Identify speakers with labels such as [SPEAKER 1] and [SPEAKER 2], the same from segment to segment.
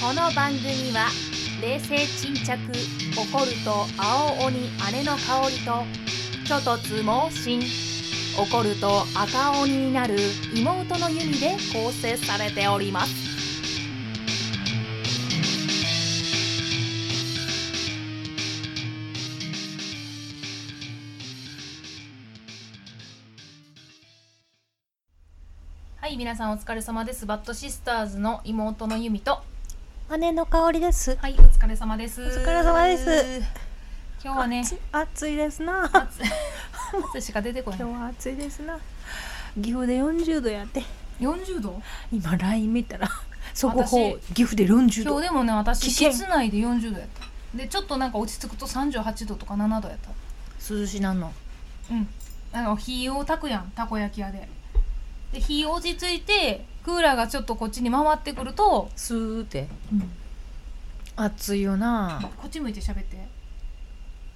[SPEAKER 1] この番組は冷静沈着怒ると青鬼姉の香りと虚突猛進怒ると赤鬼になる妹の弓で構成されておりますはい皆さんお疲れ様ですバッドシスターズの妹の弓と
[SPEAKER 2] 姉の香りです。
[SPEAKER 1] はい、お疲れ様です。お
[SPEAKER 2] 疲れ様です。
[SPEAKER 1] 今日はね、
[SPEAKER 2] 暑暑いですな。
[SPEAKER 1] 暑暑いしか出てこない
[SPEAKER 2] 今。日は暑いですな。岐阜で40度やって。
[SPEAKER 1] 40度
[SPEAKER 2] 今 LINE 見たら、速報
[SPEAKER 1] 私
[SPEAKER 2] 岐阜で40
[SPEAKER 1] 今
[SPEAKER 2] 度
[SPEAKER 1] 日。でもね、私、
[SPEAKER 2] 危険
[SPEAKER 1] 室内で40度やった。で、ちょっとなんか落ち着くと38度とか7度やった。
[SPEAKER 2] 涼しなんの。
[SPEAKER 1] うん。あの、火を炊くやん、たこ焼き屋で。で、火落ち着いて、クーラーがちょっとこっちに回ってくると、
[SPEAKER 2] すーって暑いよな。
[SPEAKER 1] こっち向いて喋って。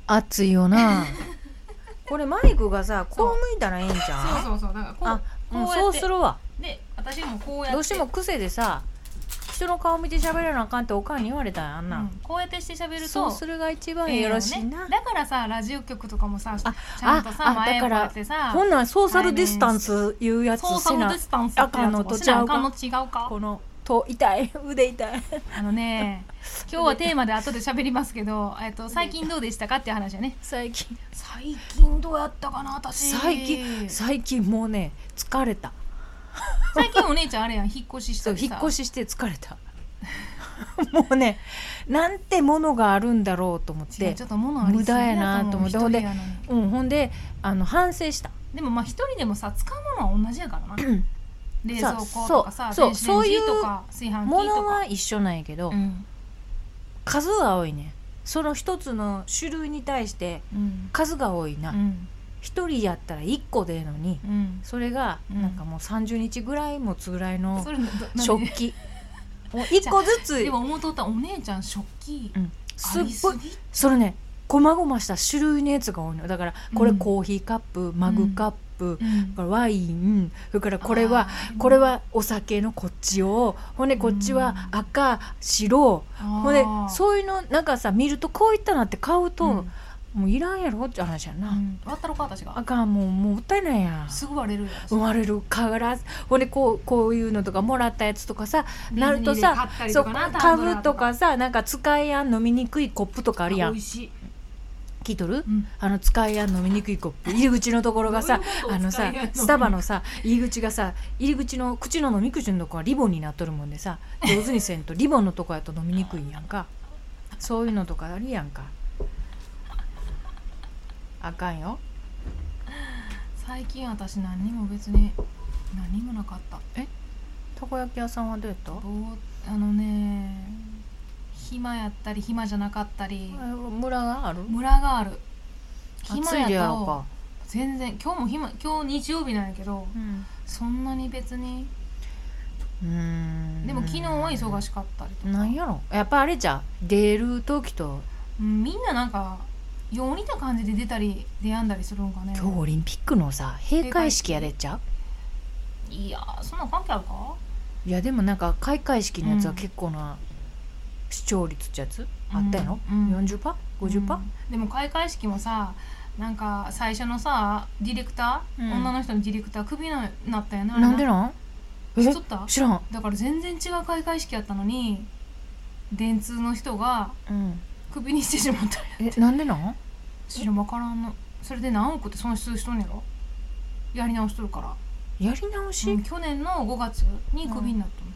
[SPEAKER 2] 暑いよな。 これマイクがさ、
[SPEAKER 1] そう
[SPEAKER 2] こう向いたらええんじゃ。
[SPEAKER 1] そうんそうそう、だから
[SPEAKER 2] あ
[SPEAKER 1] こ、う、
[SPEAKER 2] うん
[SPEAKER 1] こうや
[SPEAKER 2] そ
[SPEAKER 1] っ
[SPEAKER 2] う
[SPEAKER 1] て。
[SPEAKER 2] するわ。
[SPEAKER 1] で、私もこうやって。
[SPEAKER 2] どうしても癖でさ、人の顔見て喋らなあかんっておかんに言われたんやあん
[SPEAKER 1] う
[SPEAKER 2] なん。
[SPEAKER 1] ん、こうやってして喋ると、
[SPEAKER 2] そうするが一番
[SPEAKER 1] ええ
[SPEAKER 2] よ
[SPEAKER 1] の
[SPEAKER 2] ろ
[SPEAKER 1] ね
[SPEAKER 2] しいな。
[SPEAKER 1] だからさラジオ局とかもさち
[SPEAKER 2] あ
[SPEAKER 1] ゃんとさ
[SPEAKER 2] あだ
[SPEAKER 1] 前こ
[SPEAKER 2] か
[SPEAKER 1] う
[SPEAKER 2] ら
[SPEAKER 1] やってさ
[SPEAKER 2] ほんならソーシャルディスタンスいうやつ
[SPEAKER 1] 操
[SPEAKER 2] せ
[SPEAKER 1] 作の
[SPEAKER 2] な
[SPEAKER 1] ディスタンスってやつ
[SPEAKER 2] あかんの
[SPEAKER 1] も
[SPEAKER 2] と
[SPEAKER 1] し
[SPEAKER 2] ち
[SPEAKER 1] な
[SPEAKER 2] ゃ
[SPEAKER 1] あ
[SPEAKER 2] うか
[SPEAKER 1] かんの違うか
[SPEAKER 2] このと痛い腕痛い
[SPEAKER 1] あ のね今日はテーマで後で喋りますけどえっと最近どうでしたかっていう話やね
[SPEAKER 2] 最近
[SPEAKER 1] 最近どうやったかな私
[SPEAKER 2] 最近最近もうね疲れた
[SPEAKER 1] 最近お姉ちゃんあれやん引っ越しし
[SPEAKER 2] そ
[SPEAKER 1] た
[SPEAKER 2] う
[SPEAKER 1] り
[SPEAKER 2] 引
[SPEAKER 1] さ
[SPEAKER 2] っ越しして疲れた もうねなんてものがあるんだろうと思っ
[SPEAKER 1] 違う
[SPEAKER 2] て
[SPEAKER 1] ちょっと物ありすぎやと思う
[SPEAKER 2] 無駄やなと思って
[SPEAKER 1] 一人やのに
[SPEAKER 2] うん、ほんであの反省した
[SPEAKER 1] でもまあ一人でもさ使うものは同じやからな冷蔵庫とかさ
[SPEAKER 2] そう
[SPEAKER 1] 電子
[SPEAKER 2] そう
[SPEAKER 1] レンジとか炊飯器
[SPEAKER 2] もの
[SPEAKER 1] とか
[SPEAKER 2] は一緒なんやけど、
[SPEAKER 1] うん
[SPEAKER 2] 数が多いねその一つの種類に対して
[SPEAKER 1] うん
[SPEAKER 2] 数が多いうな、
[SPEAKER 1] ん
[SPEAKER 2] 一人やったら一個でええのに
[SPEAKER 1] うん
[SPEAKER 2] それが
[SPEAKER 1] うん
[SPEAKER 2] なんかもう30日ぐらいもつぐらいの
[SPEAKER 1] それどなん
[SPEAKER 2] 食
[SPEAKER 1] で
[SPEAKER 2] 器 もう一個ずつ
[SPEAKER 1] でも思うとったお姉ちゃん食器
[SPEAKER 2] うん、す
[SPEAKER 1] あ
[SPEAKER 2] っ
[SPEAKER 1] りす
[SPEAKER 2] ごい
[SPEAKER 1] ぎ
[SPEAKER 2] それねこまごました種類のやつが多いのだからこれ
[SPEAKER 1] うん
[SPEAKER 2] コーヒーカップ、マグカップ、
[SPEAKER 1] うん
[SPEAKER 2] だからワインそれからこれは
[SPEAKER 1] あー
[SPEAKER 2] これはお酒のこっちをほんでこっちは赤、白ほんで
[SPEAKER 1] あー
[SPEAKER 2] そういうのなんかさ見るとこういったなって買うと、
[SPEAKER 1] うん
[SPEAKER 2] もういらんやろって話やな、
[SPEAKER 1] うん割ったろか私が
[SPEAKER 2] あかんもうもったいないやん
[SPEAKER 1] すぐ割れるよ
[SPEAKER 2] 生まれるからほんでこうこういうのとかもらったやつとかさなるとさそう
[SPEAKER 1] タ
[SPEAKER 2] カ
[SPEAKER 1] ンブラ
[SPEAKER 2] ブ
[SPEAKER 1] ー
[SPEAKER 2] とかさなんか使いやん飲みにくいコップとかあるや
[SPEAKER 1] 美
[SPEAKER 2] ん
[SPEAKER 1] 味しい
[SPEAKER 2] 聞いとる
[SPEAKER 1] うん
[SPEAKER 2] あの使いやん飲みにくいコッ プ入り口のところがさ
[SPEAKER 1] どういうこと
[SPEAKER 2] あの
[SPEAKER 1] 使
[SPEAKER 2] さ
[SPEAKER 1] いやん飲みにくい
[SPEAKER 2] スタバのさ入り口がさ入り口の口の飲み口のとこはリボンになっとるもんでさ上手にせんとリボンのとこやと飲みにくいやんかそういうのとかあるやんかあかんよ
[SPEAKER 1] 最近私何にも別に何にもなかった
[SPEAKER 2] たこ焼き屋さんはどうやった
[SPEAKER 1] ぼーあのね暇やったり暇じゃなかったり
[SPEAKER 2] あ村がある
[SPEAKER 1] ムラがある
[SPEAKER 2] 暑
[SPEAKER 1] 暇
[SPEAKER 2] いでや
[SPEAKER 1] や
[SPEAKER 2] ろう
[SPEAKER 1] と
[SPEAKER 2] か、
[SPEAKER 1] 全然今日も暇今日日曜日なんやけど
[SPEAKER 2] うん
[SPEAKER 1] そんなに別に
[SPEAKER 2] うーん
[SPEAKER 1] でも昨日は忙しかったりとか
[SPEAKER 2] なんやろやっぱあれじゃう出る時と
[SPEAKER 1] うんみんななんかよう似た感じで出たり出やんだりするんかね
[SPEAKER 2] 今日オリンピックのさ閉会式やでっちゃ
[SPEAKER 1] いやーそんな関係あるか
[SPEAKER 2] ういやでもなんか開会式のやつは結構な視聴率ってやつ、あったやろ、
[SPEAKER 1] うんうん
[SPEAKER 2] 40%?50%?、50%
[SPEAKER 1] うんでも開会式もさなんか最初のさディレクター、
[SPEAKER 2] うん
[SPEAKER 1] 女の人のディレクタークビになったよな
[SPEAKER 2] なんで
[SPEAKER 1] な
[SPEAKER 2] なんえ
[SPEAKER 1] 知っとった
[SPEAKER 2] 知らん、
[SPEAKER 1] だから全然違う開会式やったのに電通の人が
[SPEAKER 2] うん、
[SPEAKER 1] クビにしてしまった
[SPEAKER 2] えなんでなん
[SPEAKER 1] 知らんわからんのそれで何億って損失しとんやろやり直しとるから、
[SPEAKER 2] やり直し、
[SPEAKER 1] うん去年の5月にクビになったの、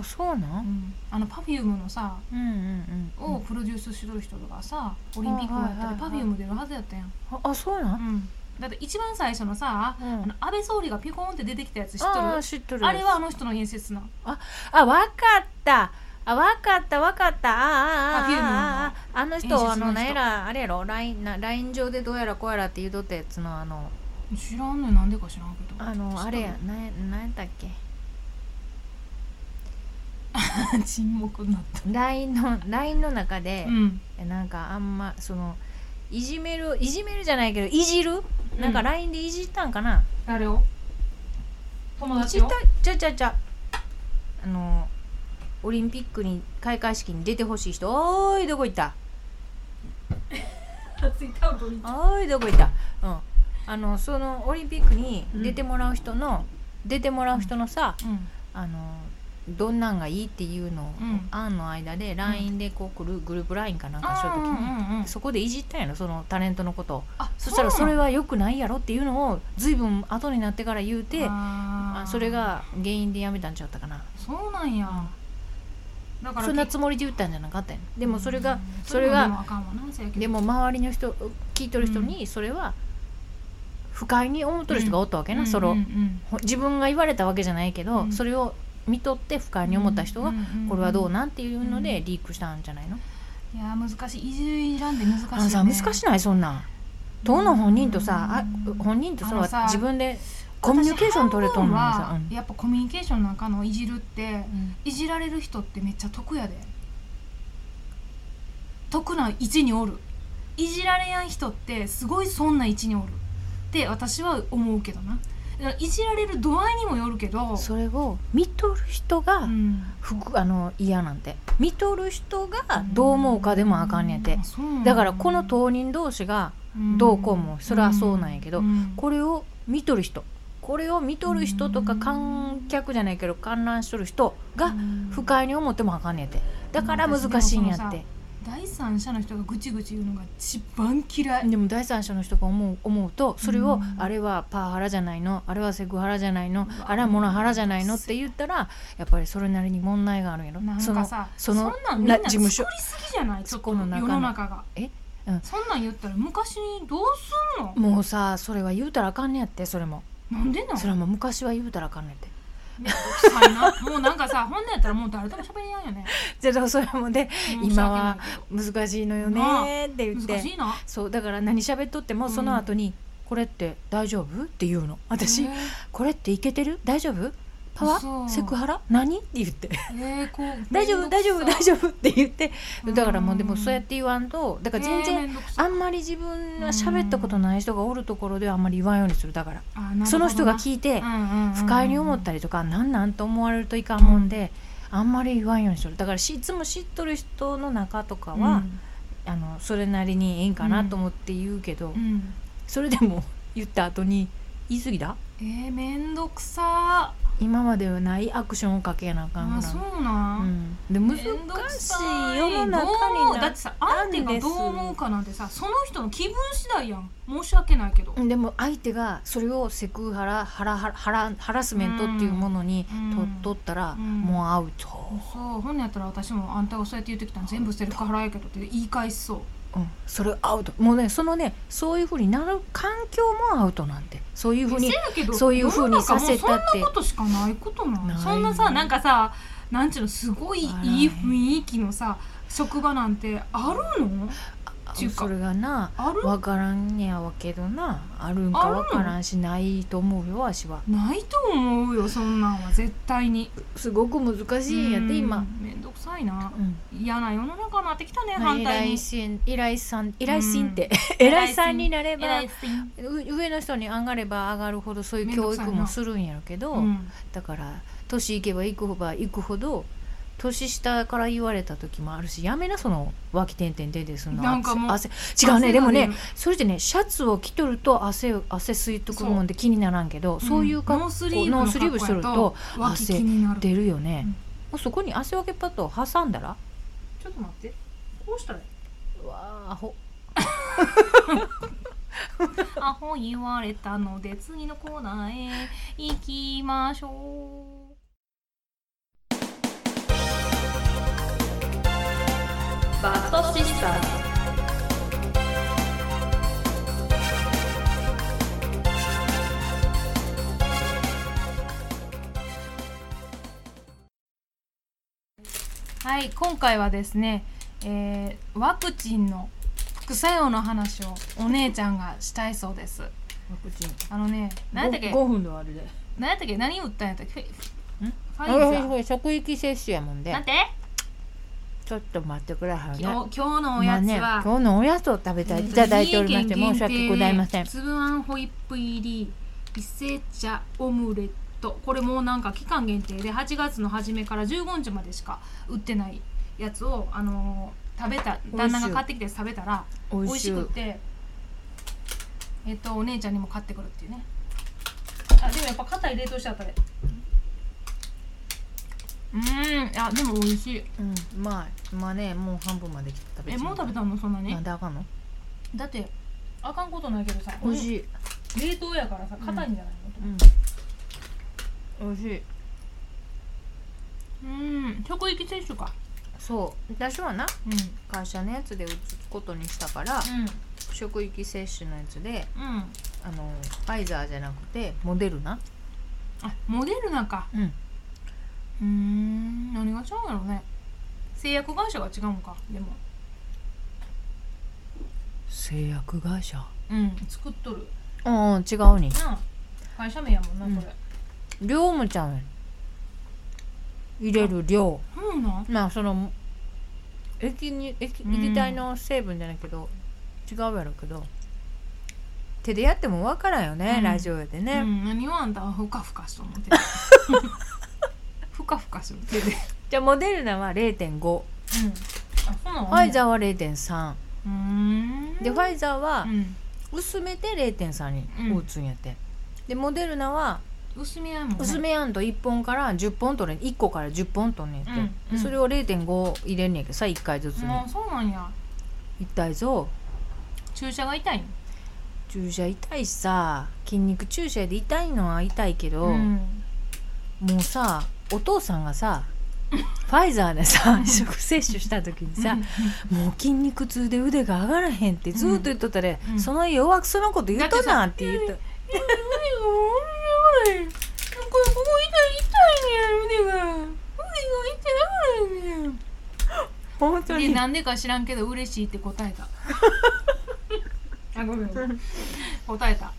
[SPEAKER 2] あそうな
[SPEAKER 1] うん
[SPEAKER 2] ん、
[SPEAKER 1] あの Perfume のさ
[SPEAKER 2] うんうんうん
[SPEAKER 1] をプロデュースしとる人とかさオリンピックもやった
[SPEAKER 2] は
[SPEAKER 1] り
[SPEAKER 2] いはいはい
[SPEAKER 1] Perfume 出るはずやったやん
[SPEAKER 2] ああそうな、
[SPEAKER 1] うんん、だって一番最初のさ、
[SPEAKER 2] うん
[SPEAKER 1] あの安倍総理がピコーンって出てきたやつ知っとる
[SPEAKER 2] あ
[SPEAKER 1] あ
[SPEAKER 2] ー知っとる
[SPEAKER 1] れはあの人の演説な
[SPEAKER 2] あわかったあわかったわかったあーあーあー
[SPEAKER 1] Perfume の
[SPEAKER 2] あーあの
[SPEAKER 1] 演説の
[SPEAKER 2] 人
[SPEAKER 1] 人
[SPEAKER 2] あのなんやらあれやろラインなライン上でどうやらこうやらって言うとったやつのあの
[SPEAKER 1] 知らんのよなんでか知らんけど
[SPEAKER 2] あのあれやなんやなんやったっけ
[SPEAKER 1] 知っとる沈黙になった、
[SPEAKER 2] LINE の LINE の中で
[SPEAKER 1] う、ん、
[SPEAKER 2] なんかあんまそのいじめるいじめるじゃないけどいじる、なんか LINE でいじったんかな
[SPEAKER 1] 誰を友
[SPEAKER 2] いじ
[SPEAKER 1] 達
[SPEAKER 2] っ
[SPEAKER 1] を
[SPEAKER 2] たちゃちゃちゃあのオリンピックに開会式に出てほしい人おーいどこ行った
[SPEAKER 1] 熱いタオルに
[SPEAKER 2] おーいどこ行ったうんあのそのオリンピックに出てもらう人の、出てもらう人のさ
[SPEAKER 3] うん
[SPEAKER 2] あのどんなんがいいっていうのを、
[SPEAKER 3] うん
[SPEAKER 2] 案の間で LINE でこうグルグループ LINE かなんかしとる時に、
[SPEAKER 3] あ
[SPEAKER 2] そこでいじったんやろそのタレントのことを
[SPEAKER 1] あ
[SPEAKER 2] そしたら
[SPEAKER 1] う
[SPEAKER 2] そ
[SPEAKER 1] な
[SPEAKER 2] れ
[SPEAKER 1] の
[SPEAKER 2] は良くないやろっていうのを随分後になってから言うて
[SPEAKER 1] あ
[SPEAKER 2] あ
[SPEAKER 1] ー
[SPEAKER 2] それが原因でやめたんちゃったかな
[SPEAKER 1] そうなんやだから
[SPEAKER 2] そんな
[SPEAKER 1] け
[SPEAKER 2] つもりで言ったんじゃなかったんやでもそれ
[SPEAKER 1] うん
[SPEAKER 2] がそれが
[SPEAKER 1] もあかんわなせやけど
[SPEAKER 2] でも周りの人聞いとる人にそれは不快に思っとる人がおったわけな、その
[SPEAKER 1] うんうん
[SPEAKER 2] ほ自分が言われたわけじゃないけど、
[SPEAKER 1] うん
[SPEAKER 2] それを見とって不
[SPEAKER 1] う
[SPEAKER 2] 快
[SPEAKER 1] ん
[SPEAKER 2] に思った人が、
[SPEAKER 1] んん
[SPEAKER 2] これはどう
[SPEAKER 1] い
[SPEAKER 2] なんっていうの
[SPEAKER 1] う
[SPEAKER 2] で
[SPEAKER 1] ん
[SPEAKER 2] リークしたんじゃないの、
[SPEAKER 1] や難しいいじりらんで難しいよね
[SPEAKER 2] あのさ難しないそんなん当の本人とさ、
[SPEAKER 1] うん
[SPEAKER 2] あ本人と
[SPEAKER 1] あの
[SPEAKER 2] さ
[SPEAKER 1] さ
[SPEAKER 2] 自分でコミュニケーション取れとんのに
[SPEAKER 1] 私
[SPEAKER 2] さ
[SPEAKER 1] 半、分はやっぱコミュニケーションなんかのいじるって
[SPEAKER 2] うん
[SPEAKER 1] いじられる人ってめっちゃ得やで得な位置におるいじられやん人ってすごい損な位置におるって私は思うけどなだからいじられる度合いにもよるけど
[SPEAKER 2] それを見とる人が、
[SPEAKER 1] うん
[SPEAKER 2] ふくあの嫌なんて見とる人がどう思うかでもあかんねんて
[SPEAKER 1] あ、そうなんや
[SPEAKER 2] だからこの当人同士が
[SPEAKER 1] ん
[SPEAKER 2] どうこうもそれはそうなんやけど
[SPEAKER 1] ん
[SPEAKER 2] これを見とる人これを見とる人とか
[SPEAKER 1] うん
[SPEAKER 2] 観客じゃないけど観覧しとる人
[SPEAKER 1] う
[SPEAKER 2] が
[SPEAKER 1] ん
[SPEAKER 2] 不快に思ってもあかんねんてだから難しいんや
[SPEAKER 1] うん
[SPEAKER 2] っ
[SPEAKER 1] 私で
[SPEAKER 2] て
[SPEAKER 1] も第三者の人がぐちぐち言うのが一番嫌い
[SPEAKER 2] でも第三者の人が思う思うとそれ
[SPEAKER 1] う
[SPEAKER 2] を
[SPEAKER 1] ん
[SPEAKER 2] あれはパワハラじゃないのあれはセクハラじゃないの
[SPEAKER 1] うわ
[SPEAKER 2] あれはモラハラじゃないのって言ったらやっぱりそれなりに問題があるんやろ
[SPEAKER 1] なん
[SPEAKER 2] そ
[SPEAKER 1] か
[SPEAKER 2] の
[SPEAKER 1] さそ
[SPEAKER 2] その
[SPEAKER 1] んなんみんな
[SPEAKER 2] な
[SPEAKER 1] 作
[SPEAKER 2] 事
[SPEAKER 1] り
[SPEAKER 2] 務
[SPEAKER 1] す
[SPEAKER 2] 所
[SPEAKER 1] ぎじゃないちょっと
[SPEAKER 2] そこ
[SPEAKER 1] 世
[SPEAKER 2] の中の
[SPEAKER 1] の中が
[SPEAKER 2] えうん
[SPEAKER 1] そんなん言ったら昔にどうすんの
[SPEAKER 2] もうさそれは言うたらあかんねやってそれも
[SPEAKER 1] なんでなん
[SPEAKER 2] それはもう昔は言うたらあかんねんって
[SPEAKER 1] めんどくさいなもうなんかさ本音やったらもう誰とも喋りや んよね
[SPEAKER 2] じゃあそれもね
[SPEAKER 1] 申し訳
[SPEAKER 2] 今は
[SPEAKER 1] ないけ
[SPEAKER 2] 難しいのよ
[SPEAKER 1] な
[SPEAKER 2] ねって言
[SPEAKER 1] ど
[SPEAKER 2] っ
[SPEAKER 1] 難していな
[SPEAKER 2] そうだから何喋っとってもその後に「これって大丈夫?」って言うの私
[SPEAKER 1] えー
[SPEAKER 2] 「これっていけてる大丈夫パワ
[SPEAKER 1] そ
[SPEAKER 2] ー
[SPEAKER 1] う
[SPEAKER 2] セクハラ何?」って言って
[SPEAKER 1] えーこう
[SPEAKER 2] 大丈夫大丈夫大丈夫って言って
[SPEAKER 1] うん
[SPEAKER 2] だからもうでもそうやって言わんとだから全
[SPEAKER 1] えー
[SPEAKER 2] 然
[SPEAKER 1] めんどくさい
[SPEAKER 2] あんまり自分が喋ったことない人がおるところではあんまり言わんようにするだから
[SPEAKER 1] あなるほどな
[SPEAKER 2] その人が聞いて
[SPEAKER 1] うんうんうん
[SPEAKER 2] 不快に思ったりとかなんなんと思われるといかんもんであんまり言わんようにするだからしいつも知っとる人の中とかはあのそれなりにええんかなと思って言うけど
[SPEAKER 1] うんうん
[SPEAKER 2] それでも言った後に言い過ぎだ
[SPEAKER 1] えーめんどくさ
[SPEAKER 2] 今まではないアクションをかけなあかん
[SPEAKER 1] あ
[SPEAKER 2] から
[SPEAKER 1] そうなん
[SPEAKER 2] うんで難し
[SPEAKER 1] めんどくさ
[SPEAKER 2] い世の中
[SPEAKER 1] どう
[SPEAKER 2] に
[SPEAKER 1] 思うだ
[SPEAKER 2] な
[SPEAKER 1] ってさ相手がどう思うかなんてさその人の気分次第やん申し訳ないけど、
[SPEAKER 2] でも相手がそれをセクハラハラハラハラハラスメントっていうものに
[SPEAKER 1] うん
[SPEAKER 2] と取ったら
[SPEAKER 1] うん
[SPEAKER 2] もうアウト、
[SPEAKER 1] そう本音やったら私もあんたがそうやって言ってきたの全部セルフ払えけどって言い返しそう
[SPEAKER 2] うん、それアウトもうねそのねそういうふうになる環境もアウトなんてそういうふうに
[SPEAKER 1] せやけど
[SPEAKER 2] そういう風にさせたって
[SPEAKER 1] 世の中もうそんなことしかないことな
[SPEAKER 2] ない
[SPEAKER 1] いそんなさなんかさなんちゅうのすごい
[SPEAKER 2] あら
[SPEAKER 1] いい雰囲気のさ職場なんてあるの
[SPEAKER 2] あ
[SPEAKER 1] 中華
[SPEAKER 2] それがな
[SPEAKER 1] ある
[SPEAKER 2] 分からんねやわけどなあるんか
[SPEAKER 1] あるの
[SPEAKER 2] 分からんしないと思うよわしは
[SPEAKER 1] ないと思うよそんなんは絶対に。
[SPEAKER 2] すごく難しいんやって
[SPEAKER 1] う
[SPEAKER 2] 今
[SPEAKER 1] ん。めんどくさいな
[SPEAKER 2] うん
[SPEAKER 1] 嫌な世の中になってきたね
[SPEAKER 2] まあ
[SPEAKER 1] 反
[SPEAKER 2] 偉
[SPEAKER 1] 対
[SPEAKER 2] い
[SPEAKER 1] に。
[SPEAKER 2] しん偉いさん偉いしんって、
[SPEAKER 1] 偉
[SPEAKER 2] 偉い
[SPEAKER 1] いしん
[SPEAKER 2] さんになれば
[SPEAKER 1] い人
[SPEAKER 2] う上の人に上がれば上がるほどそういう教育もするんやろけど、
[SPEAKER 1] うん
[SPEAKER 2] だから年いけばいくほどいくほど年下から言われた時もあるしやめなその脇点々でですの
[SPEAKER 1] なんかもう
[SPEAKER 2] 汗違うねでもね
[SPEAKER 1] 汗が出る
[SPEAKER 2] それでねシャツを着とると汗を汗吸いとくもんで気にならんけどそういう格好、
[SPEAKER 1] ノースリーブの
[SPEAKER 2] ノースリーブしとると
[SPEAKER 1] 格好や脇気になるち
[SPEAKER 2] 出るよね、
[SPEAKER 1] うん
[SPEAKER 2] もうそこに汗分けパッドを挟んだら
[SPEAKER 1] ょっと待ってこうしたらいいう
[SPEAKER 2] わーアホ
[SPEAKER 1] アホ言われたので次のコーナーへ行きましょう
[SPEAKER 3] バッドシスターズ
[SPEAKER 1] はい今回はですね、えーワクチンの副作用の話をお姉ちゃんがしたいそうですあのね何やったっけ
[SPEAKER 2] 分のあれで
[SPEAKER 1] 何やったっけ何打ったんやったっけフェ
[SPEAKER 2] ん
[SPEAKER 1] ファイザー
[SPEAKER 2] 職域接種やもんで
[SPEAKER 1] なんて
[SPEAKER 2] ちょっと待ってくれはるね
[SPEAKER 1] 今日今日のおやつ
[SPEAKER 2] まあ
[SPEAKER 1] は
[SPEAKER 2] ね、今日のおやつを食べたい、いただいておりまして申し訳ございません
[SPEAKER 1] つぶあんホイップ入り伊勢茶オムレトこれもうなんか期間限定で8月の初めから15日までしか売ってないやつを、あのー食べた旦那が買ってきて食べたら
[SPEAKER 2] 美
[SPEAKER 1] 美
[SPEAKER 2] 味
[SPEAKER 1] 味
[SPEAKER 2] しい
[SPEAKER 1] しくってえっとお姉ちゃんにも買ってくるっていうねあでもやっぱ硬い冷凍しちゃったでうーんあでも美味しい
[SPEAKER 2] うんうまいまあねもう半分まで来て食べちゃ
[SPEAKER 1] えもう食べ
[SPEAKER 2] た
[SPEAKER 1] たのそんなに
[SPEAKER 2] なんであかんの
[SPEAKER 1] だってあかんことないけどさ
[SPEAKER 2] 美味しい
[SPEAKER 1] 冷凍やからさ硬いんじゃない
[SPEAKER 2] うん美味しい
[SPEAKER 1] のうんん職域接種か
[SPEAKER 2] そう私はな
[SPEAKER 1] うんうん
[SPEAKER 2] 会社のやつで打つことにしたから職域接種のやつで
[SPEAKER 1] うん
[SPEAKER 2] あのファイザーじゃなくてモデルナ
[SPEAKER 1] あモデルナか
[SPEAKER 2] うん
[SPEAKER 1] うーん何が違うんやろうね製薬会社が違うんかでも
[SPEAKER 2] 製薬会社
[SPEAKER 1] うん作っとる
[SPEAKER 2] うん違うに
[SPEAKER 1] なあ会社名やもんな、
[SPEAKER 2] うん
[SPEAKER 1] これ
[SPEAKER 2] 量もちゃうねん入れる量
[SPEAKER 1] そうなん
[SPEAKER 2] まあその液に液
[SPEAKER 1] うん
[SPEAKER 2] 液体の成分じゃないけど、違うやろうけど手でやってもわからんよね、
[SPEAKER 1] うん
[SPEAKER 2] ラジオで
[SPEAKER 1] う
[SPEAKER 2] ね、
[SPEAKER 1] ん、何をあんたはふかふかしと思って るふかふかしと思ってる
[SPEAKER 2] じゃあモデルナは0.5フ
[SPEAKER 1] うんあそうなの
[SPEAKER 2] ァイザーは0.3、
[SPEAKER 1] うーん
[SPEAKER 2] でフ
[SPEAKER 1] イ
[SPEAKER 2] ァイザーは
[SPEAKER 1] うん
[SPEAKER 2] 薄めて0.3に打つんやって、でモデルナは
[SPEAKER 1] 薄めやもんね
[SPEAKER 2] 薄めやんと1本から10本取れん1個から10本取んねんって、
[SPEAKER 1] うん
[SPEAKER 2] でそれを0.5入れんねんけどさ1回ずつに
[SPEAKER 1] あそうなんや
[SPEAKER 2] 一体ぞ
[SPEAKER 1] 注射が痛いん
[SPEAKER 2] 注射痛いしさ筋肉注射で痛いのは痛いけど、
[SPEAKER 1] うん
[SPEAKER 2] もうさお父さんがさファイザーでさ移植接種した時にさ
[SPEAKER 1] うん
[SPEAKER 2] もう筋肉痛で腕が上がらへんってずっと言っとったで、
[SPEAKER 1] うん
[SPEAKER 2] その弱くそのこと言うとなって言った
[SPEAKER 1] これここ痛い痛いね腕が腕が痛いながらね
[SPEAKER 2] 本当
[SPEAKER 1] で
[SPEAKER 2] に
[SPEAKER 1] なんでか知らんけど嬉しいって答えた あごめんごめん答えた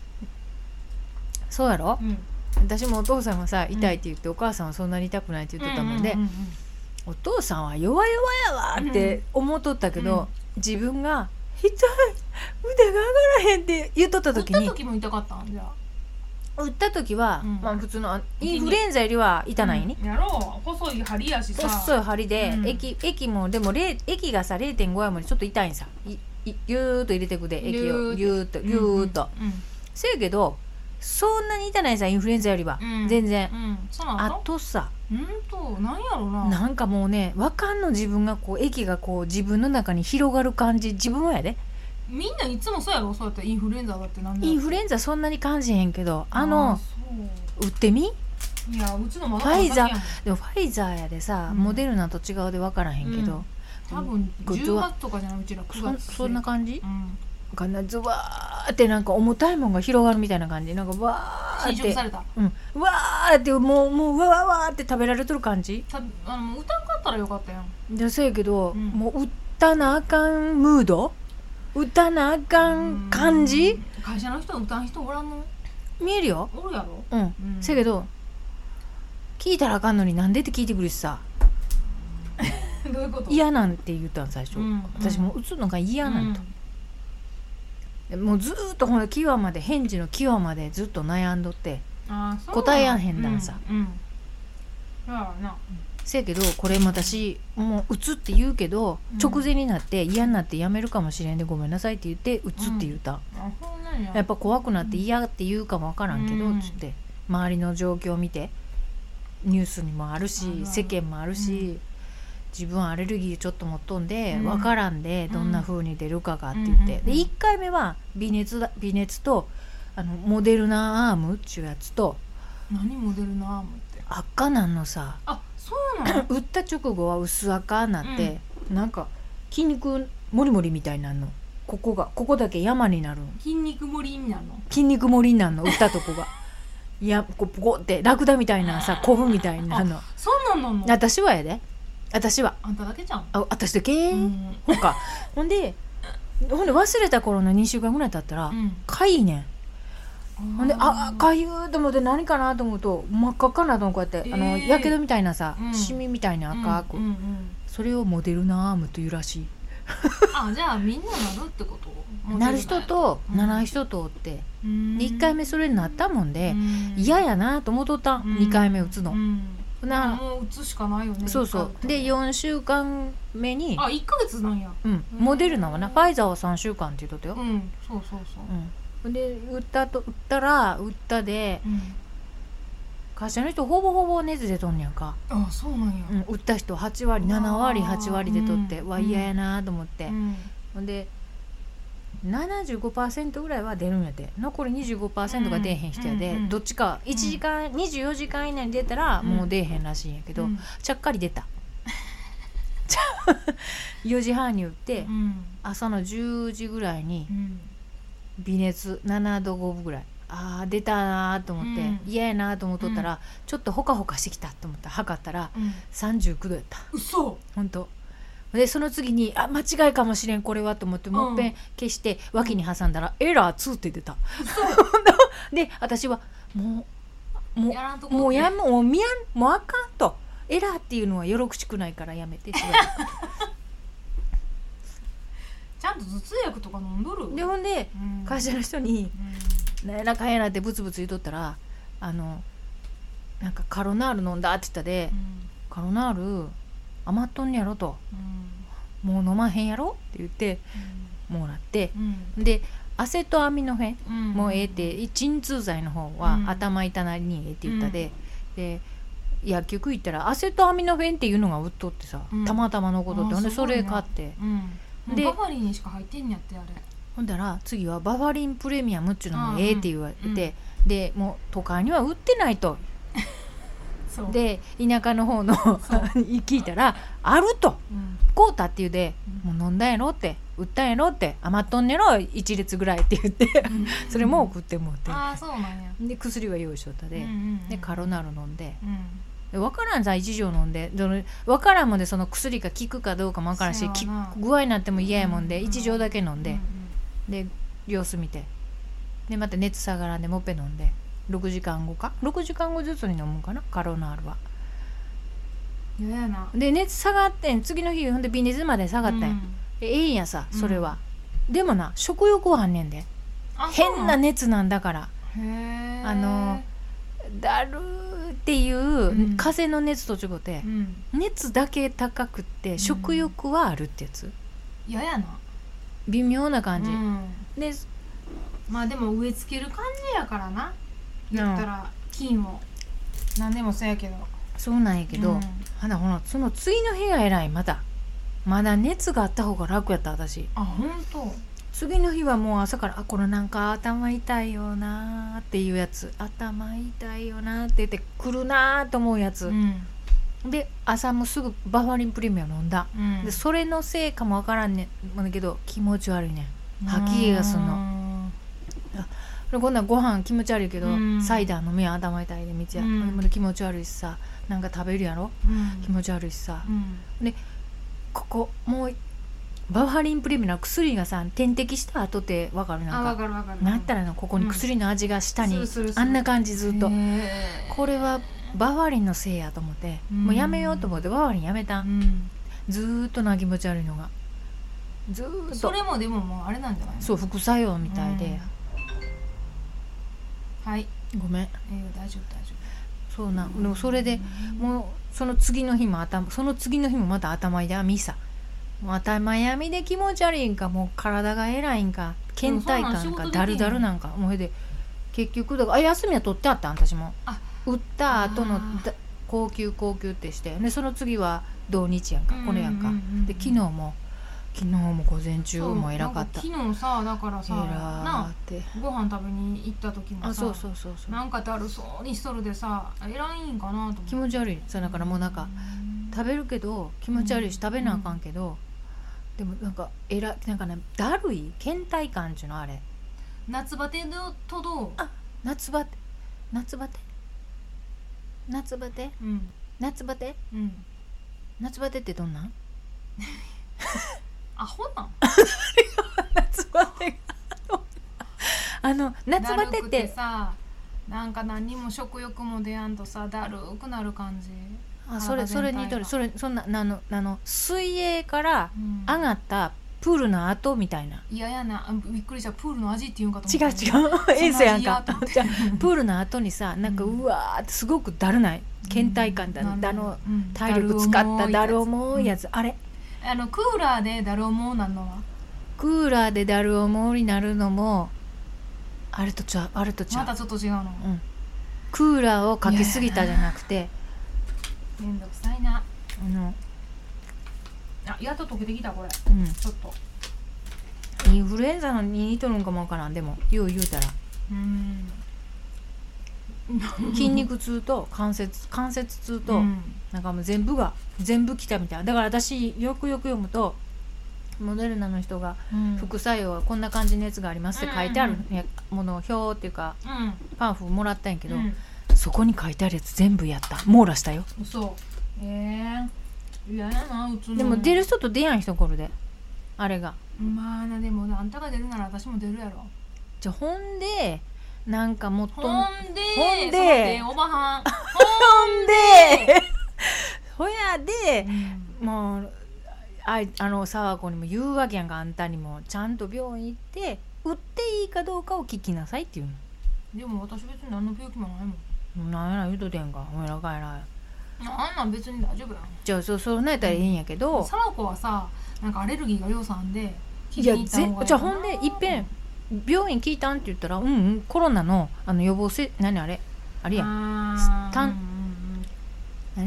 [SPEAKER 2] そうやろ
[SPEAKER 1] うん
[SPEAKER 2] 私もお父さんがさ痛いって言って、お母さんはそんなに痛くないって言ってたもんで、
[SPEAKER 1] ううう
[SPEAKER 2] お父さんは弱々やわって思っとったけど、
[SPEAKER 1] うん
[SPEAKER 2] 自分が「痛い腕が上がらへん」って言っとった
[SPEAKER 1] 打っ
[SPEAKER 2] 時
[SPEAKER 1] た
[SPEAKER 2] に
[SPEAKER 1] 時も痛かったんじゃあ
[SPEAKER 2] 打った時は、
[SPEAKER 1] うん
[SPEAKER 2] まあ普通のあインフルエンザよりは痛ないね、
[SPEAKER 1] うんやろう細い針やしさ
[SPEAKER 2] 細い針で、
[SPEAKER 1] うん
[SPEAKER 2] 液液もでも0液がさ0.5やもんでちょっと痛いんさいいぎゅーっと入れてくで液をぎ
[SPEAKER 1] ぎ
[SPEAKER 2] ゅーっとぎゅーっと、
[SPEAKER 1] うん
[SPEAKER 2] せやけどそんなに痛ないさインフルエンザよりは、
[SPEAKER 1] うん
[SPEAKER 2] 全然
[SPEAKER 1] う、んそうな
[SPEAKER 2] あ
[SPEAKER 1] の
[SPEAKER 2] とさ
[SPEAKER 1] うんとなんやろな
[SPEAKER 2] なんかもうねわかんの自分がこう液がこう自分の中に広がる感じ自分はやで、
[SPEAKER 1] みんないつもそうやろそうやってインフルエンザだってなんだ
[SPEAKER 2] インフルエンザそんなに感じへんけどあ
[SPEAKER 1] ー
[SPEAKER 2] の
[SPEAKER 1] そ
[SPEAKER 2] 打ってみ
[SPEAKER 1] ういやうちのまだ
[SPEAKER 2] ファイザー
[SPEAKER 1] この先やもん
[SPEAKER 2] でもファイザーやでさ、
[SPEAKER 1] うん
[SPEAKER 2] モデルナと違うでわからへんけど、
[SPEAKER 1] 多分
[SPEAKER 2] グッズ
[SPEAKER 1] 10
[SPEAKER 2] は
[SPEAKER 1] 月とかじゃないうちら9月
[SPEAKER 2] そそんな感じ、
[SPEAKER 1] うん
[SPEAKER 2] がなズワーってなんか重たいもんが広がるみたいな感じなんかわーっ
[SPEAKER 1] 侵
[SPEAKER 2] て
[SPEAKER 1] 食された
[SPEAKER 2] うんうわーってもうもううわわわーって食べられとる感じ
[SPEAKER 1] たあのもう歌んかったらよかったやん
[SPEAKER 2] でせやけど、
[SPEAKER 1] うん
[SPEAKER 2] もう打ったなあかんムード打たなあかん感じ
[SPEAKER 1] うん会社の人歌う人おらんの
[SPEAKER 2] 見えるよ
[SPEAKER 1] おるやろ
[SPEAKER 2] うん、
[SPEAKER 1] うん
[SPEAKER 2] せやけど聞いたらあかんのになんでって聞いてくるしさ
[SPEAKER 1] どういうこと
[SPEAKER 2] 嫌なんて言ったん最初、
[SPEAKER 1] うん
[SPEAKER 2] 私も打つのが嫌なんと、もうずーっとほら際まで返事の際までずっと悩んどって答えやんへんだんさ
[SPEAKER 1] うんうんそうやな
[SPEAKER 2] せやけどこれも私もう打つって言うけど、
[SPEAKER 1] うん
[SPEAKER 2] 直前になって嫌になってやめるかもしれんでごめんなさいって言って打つって言うた、
[SPEAKER 1] あほんなんや
[SPEAKER 2] やっぱ怖くなって嫌って言うかもわからんけど、
[SPEAKER 1] うん
[SPEAKER 2] つって周りの状況を見てニュースにもあるし
[SPEAKER 1] あるある
[SPEAKER 2] 世間もあるし、
[SPEAKER 1] う
[SPEAKER 2] 自分アレルギーちょっと持っとんで、
[SPEAKER 1] うん
[SPEAKER 2] わからんでどんな風に出るかがって言って、
[SPEAKER 1] うんうんうん
[SPEAKER 2] で1回目は微熱だ微熱とあのモデルナアームっちゅうやつと
[SPEAKER 1] 何モデルナアームって
[SPEAKER 2] 悪化なんの さ
[SPEAKER 1] あそ うなの
[SPEAKER 2] 打った直後は薄赤になって、なんか筋肉もりもりみたいになるのここがここだけ山になるの
[SPEAKER 1] 筋肉盛りになるの
[SPEAKER 2] 筋肉もりになるの打ったとこがいやこうゴってラクダみたいなさコブみたいになるの
[SPEAKER 1] そんなんなんの
[SPEAKER 2] 私はやで私は
[SPEAKER 1] あんただけじゃん
[SPEAKER 2] あ私だけ、
[SPEAKER 1] うん
[SPEAKER 2] ほかほんでほんで忘れた頃の2週間ぐらい経ったら、
[SPEAKER 1] うん
[SPEAKER 2] かゆいねんほんでああ
[SPEAKER 1] か
[SPEAKER 2] かゆいと思って何かなと思うと真っ赤っかなと思うこうやって、あの
[SPEAKER 1] えー
[SPEAKER 2] やけどみたいなさ、
[SPEAKER 1] うん
[SPEAKER 2] シミみたいな赤く、
[SPEAKER 1] うんうんうん
[SPEAKER 2] それをモデルナアームというらしい
[SPEAKER 1] あじゃあみんななるってことモ テ
[SPEAKER 2] なる人と
[SPEAKER 1] うん
[SPEAKER 2] ならん人とって、
[SPEAKER 1] うん
[SPEAKER 2] で1回目それになったもんで
[SPEAKER 1] うん
[SPEAKER 2] 嫌やなと思っとったん、
[SPEAKER 1] うん
[SPEAKER 2] 2回目打つ
[SPEAKER 1] う
[SPEAKER 2] の。
[SPEAKER 1] ん
[SPEAKER 2] な
[SPEAKER 1] もう打つしかないよね
[SPEAKER 2] そうそうで
[SPEAKER 1] よ
[SPEAKER 2] 4週間目に、
[SPEAKER 1] あ一ヶ月なんや
[SPEAKER 2] うん、モデルナはな
[SPEAKER 1] うん
[SPEAKER 2] ファイザーは3週間って言っとったよ
[SPEAKER 1] う、んそうそうそう
[SPEAKER 2] うん、で打ったと打ったら打ったで
[SPEAKER 1] うん
[SPEAKER 2] 会社の人ほぼほぼ熱出とんねやんか、
[SPEAKER 1] あそうなんや
[SPEAKER 2] うん、打った人8割7割
[SPEAKER 1] うわー
[SPEAKER 2] 8割でとって
[SPEAKER 1] うん
[SPEAKER 2] わ嫌やなと思って
[SPEAKER 1] う、ん
[SPEAKER 2] ほんで75%ぐらいは出るんやで残り25%が出えへん人やで、
[SPEAKER 1] うんうんうん
[SPEAKER 2] どっちか1時間、24時間以内に出たら
[SPEAKER 1] うん
[SPEAKER 2] もう出えへんらしいんやけど、
[SPEAKER 1] うん
[SPEAKER 2] ちゃっかり出 たちゃ4時半に打って、
[SPEAKER 1] うん
[SPEAKER 2] 朝の10時ぐらいに
[SPEAKER 1] うん
[SPEAKER 2] 微熱7度5分ぐらいあー出たなーと思って、
[SPEAKER 1] うん
[SPEAKER 2] 嫌やなーと思っとったら、ちょっとほかほかしてきたと思って測ったら
[SPEAKER 1] うん
[SPEAKER 2] 39度やった
[SPEAKER 1] 嘘
[SPEAKER 2] 本当でその次に「あ間違いかもしれんこれは」と思って
[SPEAKER 1] うん
[SPEAKER 2] もっぺん消して脇に挟んだら「エラー2」って出た で私はもうも
[SPEAKER 1] やらんと
[SPEAKER 2] う
[SPEAKER 1] こ
[SPEAKER 2] もうやんもう見やんもうあかんとエラーっていうのはよろしくないからやめてって言わ れた
[SPEAKER 1] ちゃんと頭痛薬とか飲んどる
[SPEAKER 2] でほんで
[SPEAKER 1] うん
[SPEAKER 2] 会社の人に
[SPEAKER 1] う
[SPEAKER 2] なんやなんか変やなってブツブツ言うとったら「あのなんかカロナール飲んだ」って言ったで
[SPEAKER 1] んうん
[SPEAKER 2] 「カロナール余っとんねやろ」と
[SPEAKER 1] うん
[SPEAKER 2] 「もう飲まへんやろ」って言ってもらって
[SPEAKER 1] うん
[SPEAKER 2] でアセトアミノフェン
[SPEAKER 1] うん
[SPEAKER 2] もうええって鎮痛剤の方は
[SPEAKER 1] うん
[SPEAKER 2] 頭痛なりにええって言ったで、で薬局行ったらアセトアミノフェンっていうのが売っとってさ、
[SPEAKER 1] うん
[SPEAKER 2] たまたまのことって
[SPEAKER 1] あー
[SPEAKER 2] ほんですそ
[SPEAKER 1] ごいね
[SPEAKER 2] れ買って
[SPEAKER 1] うんもう
[SPEAKER 2] で
[SPEAKER 1] バファリンにしか入ってんやってあれ
[SPEAKER 2] ほんだら次はバファリンプレミアムっちゅうのがええって言われて、
[SPEAKER 1] うんうん
[SPEAKER 2] でもう都会には売ってないと
[SPEAKER 1] そう
[SPEAKER 2] で田舎の方の 聞いたら「ある」と
[SPEAKER 1] うん
[SPEAKER 2] 「こうた」って言うで「
[SPEAKER 1] う
[SPEAKER 2] もう飲んだんやろ」って「売ったんやろ」って「余っとんねやろ一列ぐらい」って言って
[SPEAKER 1] ん
[SPEAKER 2] それも送ってもうて
[SPEAKER 1] ああそうなんや
[SPEAKER 2] で薬は用意しとったで
[SPEAKER 1] うんうんうん
[SPEAKER 2] でカロナール飲んで
[SPEAKER 1] うん
[SPEAKER 2] で分からんさ一錠飲んでどの分からんもんでその薬が効くかどうかも分からんし
[SPEAKER 1] そやわな
[SPEAKER 2] 効く具合になっても嫌やもんで
[SPEAKER 1] うん
[SPEAKER 2] 一錠だけ飲ん
[SPEAKER 1] う
[SPEAKER 2] でで様子見てでまた熱下がらんでもっぺ飲んで6時間後か6時間後ずつに飲むんかなカロナールは。
[SPEAKER 1] うん嫌やな
[SPEAKER 2] で熱下がってん次の日ほんで微熱まで下がったんや、
[SPEAKER 1] うん
[SPEAKER 2] ええんやさそれは、でもな食欲はあんねんで
[SPEAKER 1] あそう
[SPEAKER 2] 変な熱なんだから
[SPEAKER 1] へー
[SPEAKER 2] あのだるーっていう、
[SPEAKER 1] ん
[SPEAKER 2] 風邪の熱と違って
[SPEAKER 1] う、ん
[SPEAKER 2] 熱だけ高くって食欲はあるってやつ
[SPEAKER 1] 嫌やな
[SPEAKER 2] 微妙な感じ、
[SPEAKER 1] うん
[SPEAKER 2] で
[SPEAKER 1] まあでも植え付ける感じやからな
[SPEAKER 2] な
[SPEAKER 1] 言ったら菌を何でもそうやけど
[SPEAKER 2] そうなんやけど、
[SPEAKER 1] うん
[SPEAKER 2] あなほらその次の日が偉いまだまだ熱があった方が楽やった私
[SPEAKER 1] あ本当
[SPEAKER 2] 次の日はもう朝から「あこれなんか頭痛いよな」っていうやつ「頭痛いよな」って言って「来るな」と思うやつ、
[SPEAKER 1] ん
[SPEAKER 2] で朝もすぐバファリンプレミアム飲んだ、
[SPEAKER 1] うん
[SPEAKER 2] でそれのせいかもわからんねんだけど気持ち悪いねん吐き気がすんの
[SPEAKER 1] の
[SPEAKER 2] でこんなんご飯気持ち悪いけど、
[SPEAKER 1] うん
[SPEAKER 2] サイダー飲みや頭痛いで道や、
[SPEAKER 1] うん
[SPEAKER 2] でも気持ち悪いしさなんか食べるやろ
[SPEAKER 1] うん
[SPEAKER 2] 気持ち悪いしさ、
[SPEAKER 1] うん
[SPEAKER 2] ここもうバファリンプレミアムの薬がさ点滴した後ってわかるなん
[SPEAKER 1] あ
[SPEAKER 2] か
[SPEAKER 1] わかるわかる
[SPEAKER 2] なったらなここに薬の味が下に、
[SPEAKER 1] うんするするする
[SPEAKER 2] あんな感じずっと
[SPEAKER 1] へー
[SPEAKER 2] これはバファリンのせいやと思って、
[SPEAKER 1] うん
[SPEAKER 2] もうやめようと思ってバファリンやめた、
[SPEAKER 1] うん
[SPEAKER 2] ずーっとな気持ち悪いのがずーっと
[SPEAKER 1] それもでももうあれなんじゃないの
[SPEAKER 2] そう副作用みたいで、
[SPEAKER 1] はい
[SPEAKER 2] ごめん
[SPEAKER 1] えー大丈夫大丈
[SPEAKER 2] そうな
[SPEAKER 1] 夫
[SPEAKER 2] でもそれでもうその次の日も頭その次の日もまた頭痛みさもう頭痛みで気持ち悪いんかもう体が偉いんか倦怠
[SPEAKER 1] で
[SPEAKER 2] 感
[SPEAKER 1] もそんなん仕
[SPEAKER 2] か
[SPEAKER 1] 事できへ
[SPEAKER 2] だ
[SPEAKER 1] ん
[SPEAKER 2] るだるなんかもうそれで結局だからあ休みは取ってあったん私も
[SPEAKER 1] あ
[SPEAKER 2] 打った後の
[SPEAKER 1] あー
[SPEAKER 2] だ高級高級ってしてでその次は同日やんかこれやんか、
[SPEAKER 1] ううううん
[SPEAKER 2] で昨日も昨日も午前中
[SPEAKER 1] そう
[SPEAKER 2] も偉かった
[SPEAKER 1] なん昨日さだからさ
[SPEAKER 2] 偉ーっ
[SPEAKER 1] な
[SPEAKER 2] て
[SPEAKER 1] ご飯食べに行った時もさ
[SPEAKER 2] あそうそうそうそう
[SPEAKER 1] なんかだるそうにしとるでさ偉いんかなと思って
[SPEAKER 2] 気持ち悪いさだからもうなんか食べるけど気持ち悪いし
[SPEAKER 1] うん
[SPEAKER 2] 食べなあかんけど、でもなんかえらなんかねだるい倦怠感っちゅうのあれ
[SPEAKER 1] 夏バテのとどう
[SPEAKER 2] あ夏バテ夏バテ夏バテ
[SPEAKER 1] うん
[SPEAKER 2] 夏バテ
[SPEAKER 1] うん
[SPEAKER 2] 夏バテってどんなん
[SPEAKER 1] アホなん
[SPEAKER 2] 夏バテが あの夏バ
[SPEAKER 1] だ
[SPEAKER 2] テ
[SPEAKER 1] る
[SPEAKER 2] っ
[SPEAKER 1] く
[SPEAKER 2] て
[SPEAKER 1] さなんか何にも食欲も出やんとさだるくなる感じ
[SPEAKER 2] あそれ
[SPEAKER 1] 体全体
[SPEAKER 2] それにとる
[SPEAKER 1] が
[SPEAKER 2] それそんなあのあの水泳から
[SPEAKER 1] うん
[SPEAKER 2] 上がったプールの後みたいな
[SPEAKER 1] 嫌ややなあびっくりしたプールの味って言うんかと
[SPEAKER 2] 違う
[SPEAKER 1] 思った
[SPEAKER 2] 違う
[SPEAKER 1] そん
[SPEAKER 2] 遠征
[SPEAKER 1] な
[SPEAKER 2] やん
[SPEAKER 1] 味
[SPEAKER 2] か
[SPEAKER 1] と思って
[SPEAKER 2] じゃあプールの後にさなんか
[SPEAKER 1] うん
[SPEAKER 2] うわーってすごくだるない倦怠感だ、
[SPEAKER 1] うん
[SPEAKER 2] だの
[SPEAKER 1] うん
[SPEAKER 2] 体力使っただる重いや
[SPEAKER 1] うん
[SPEAKER 2] つ、あれ
[SPEAKER 1] あのクーラーでだる重なんのは
[SPEAKER 2] クーラーでだる重になるのもあれとちゃうあれとちゃ
[SPEAKER 1] ま
[SPEAKER 2] う、
[SPEAKER 1] たちょっと違うの
[SPEAKER 2] うん、クーラーをかけすぎたじゃなくて
[SPEAKER 1] めんどくさいな
[SPEAKER 2] あの、
[SPEAKER 1] あやっと溶けてきたこれち
[SPEAKER 2] うん、
[SPEAKER 1] ょっと
[SPEAKER 2] インフルエンザのに似とるんかもわからんでもよう言う たら
[SPEAKER 1] うん
[SPEAKER 2] 筋肉痛と関節関節痛と、
[SPEAKER 1] うん
[SPEAKER 2] なんかもう全部が全部来たみたいなだから私よくよく読むとモデルナの人が
[SPEAKER 1] うん
[SPEAKER 2] 副作用はこんな感じのやつがありますって書いてある
[SPEAKER 1] うん
[SPEAKER 2] ねものを表っていうか
[SPEAKER 1] うん
[SPEAKER 2] パンフもらったんやけど、
[SPEAKER 1] うん
[SPEAKER 2] そこに書いてあるやつ全部やった網羅したよ、
[SPEAKER 1] そうええ嫌やなうつの
[SPEAKER 2] でも出る人と出やん人これであれが
[SPEAKER 1] まあなでもなあんたが出るなら私も出るやろ
[SPEAKER 2] じゃあほんでなんかもっと
[SPEAKER 1] ほんで
[SPEAKER 2] ほんで
[SPEAKER 1] その点おばは ん
[SPEAKER 2] でほやで
[SPEAKER 1] うん
[SPEAKER 2] もうあいあの沢子にも言うわけやんかあんたにもちゃんと病院行って売っていいかどうかを聞きなさいっていうの。
[SPEAKER 1] でも私別に何の病気もないもん
[SPEAKER 2] なんやな言うとてんかほらかいな
[SPEAKER 1] あんなん別に大丈夫やん
[SPEAKER 2] じゃあそそうなやったらいいんやけど、
[SPEAKER 1] サラコはさなんかアレルギーがようさんで聞
[SPEAKER 2] い
[SPEAKER 1] き
[SPEAKER 2] や
[SPEAKER 1] に行った
[SPEAKER 2] ぜ
[SPEAKER 1] 方がいい
[SPEAKER 2] じゃあ
[SPEAKER 1] かな
[SPEAKER 2] ほんでいっぺん病院聞いたんって言ったらうんうんコロナのあの予防せ何あれあれやん
[SPEAKER 1] あー
[SPEAKER 2] たん
[SPEAKER 1] うんうん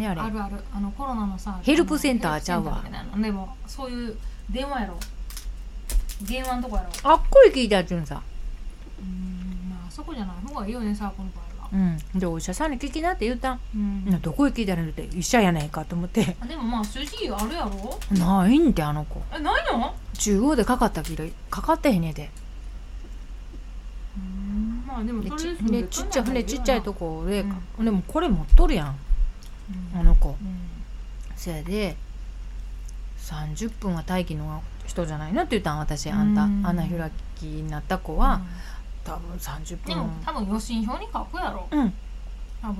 [SPEAKER 2] 何あ
[SPEAKER 1] うん
[SPEAKER 2] れ
[SPEAKER 1] あるあるあのコロナのさ
[SPEAKER 2] ヘルプセンターちゃうわ
[SPEAKER 1] ヘルプセンターみたいなでもそういう電話やろ電話のとこやろ
[SPEAKER 2] あっこい聞いたって言うんさ
[SPEAKER 1] うんまああそこじゃない方がいいよねサラコの場合は
[SPEAKER 2] うんでお医者さんに聞きなって言うたん、
[SPEAKER 1] うん
[SPEAKER 2] などこへ聞いたらいいのって医者やないかと思って
[SPEAKER 1] あでもまあ筋あるやろ
[SPEAKER 2] ないんてあの子
[SPEAKER 1] えないの
[SPEAKER 2] 中央でかかったきりかかってへんねんで
[SPEAKER 1] うんまあでも
[SPEAKER 2] で
[SPEAKER 1] と
[SPEAKER 2] ち,、
[SPEAKER 1] りあえず
[SPEAKER 2] ね、ちっちゃい船ちっちゃいと
[SPEAKER 1] こ、
[SPEAKER 2] こで、
[SPEAKER 1] う
[SPEAKER 2] でもこれ持っとるやん
[SPEAKER 1] うん
[SPEAKER 2] あの子
[SPEAKER 1] うん
[SPEAKER 2] そやで30分は待機の人じゃないなって言ったん私
[SPEAKER 1] うん
[SPEAKER 2] あんたアナフィラキーになった子は、多分30
[SPEAKER 1] で
[SPEAKER 2] 分
[SPEAKER 1] も多分予診票に書くやろ
[SPEAKER 2] うん
[SPEAKER 1] 多分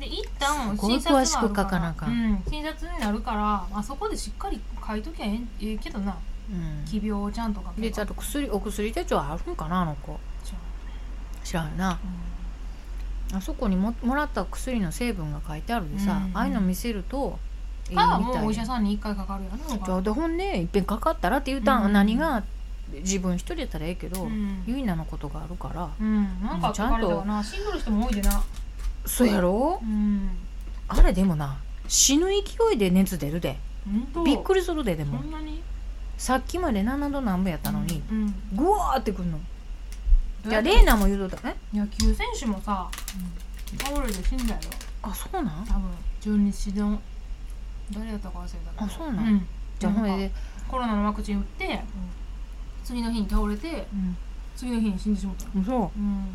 [SPEAKER 1] で一旦
[SPEAKER 2] すごい
[SPEAKER 1] 診察がある
[SPEAKER 2] 詳しく書かなあかん
[SPEAKER 1] うん、診察になるから、まあ、そこでしっかり書いときゃええええけどな
[SPEAKER 2] う
[SPEAKER 1] 奇病をちゃんとか
[SPEAKER 2] ん、でちゃんと薬お薬手帳あるんかなあの子知らんなあそこにももらった薬の成分が書いてあるでさ、
[SPEAKER 1] うん
[SPEAKER 2] ああいうの見せるといいみ
[SPEAKER 1] か
[SPEAKER 2] た
[SPEAKER 1] らもうお
[SPEAKER 2] い
[SPEAKER 1] 医者
[SPEAKER 2] な
[SPEAKER 1] さんに一回かかるやろ
[SPEAKER 2] じゃあでほんでいっぺんかかったらって言うたん、
[SPEAKER 1] うん
[SPEAKER 2] 何が自分一人やったらええけど、
[SPEAKER 1] うん
[SPEAKER 2] ゆいなのことがあるから
[SPEAKER 1] うん、なんか疲れたかな死んどる人も多いでな
[SPEAKER 2] そうやろ
[SPEAKER 1] うん
[SPEAKER 2] あれでもな死ぬ勢いで熱出るで
[SPEAKER 1] 本当
[SPEAKER 2] びっくりするでで
[SPEAKER 1] そ
[SPEAKER 2] も
[SPEAKER 1] んなに
[SPEAKER 2] さっきまで7度何分やったのに、
[SPEAKER 1] うん、
[SPEAKER 2] ぐわーってくんの
[SPEAKER 1] どう
[SPEAKER 2] じゃ
[SPEAKER 1] や
[SPEAKER 2] あ
[SPEAKER 1] って
[SPEAKER 2] レーナも言うとったえ
[SPEAKER 1] 野球選手もさ、倒れて死んだよ
[SPEAKER 2] あそうなん
[SPEAKER 1] 多分十日の誰やったか忘れたけど
[SPEAKER 2] あそうなん
[SPEAKER 1] ん
[SPEAKER 2] じゃあほん
[SPEAKER 1] なんか
[SPEAKER 2] で、
[SPEAKER 1] コロナのワクチン打って、次の日に倒れて
[SPEAKER 2] う
[SPEAKER 1] 次の日に死んでしまったの、
[SPEAKER 2] ん、そ
[SPEAKER 1] うん、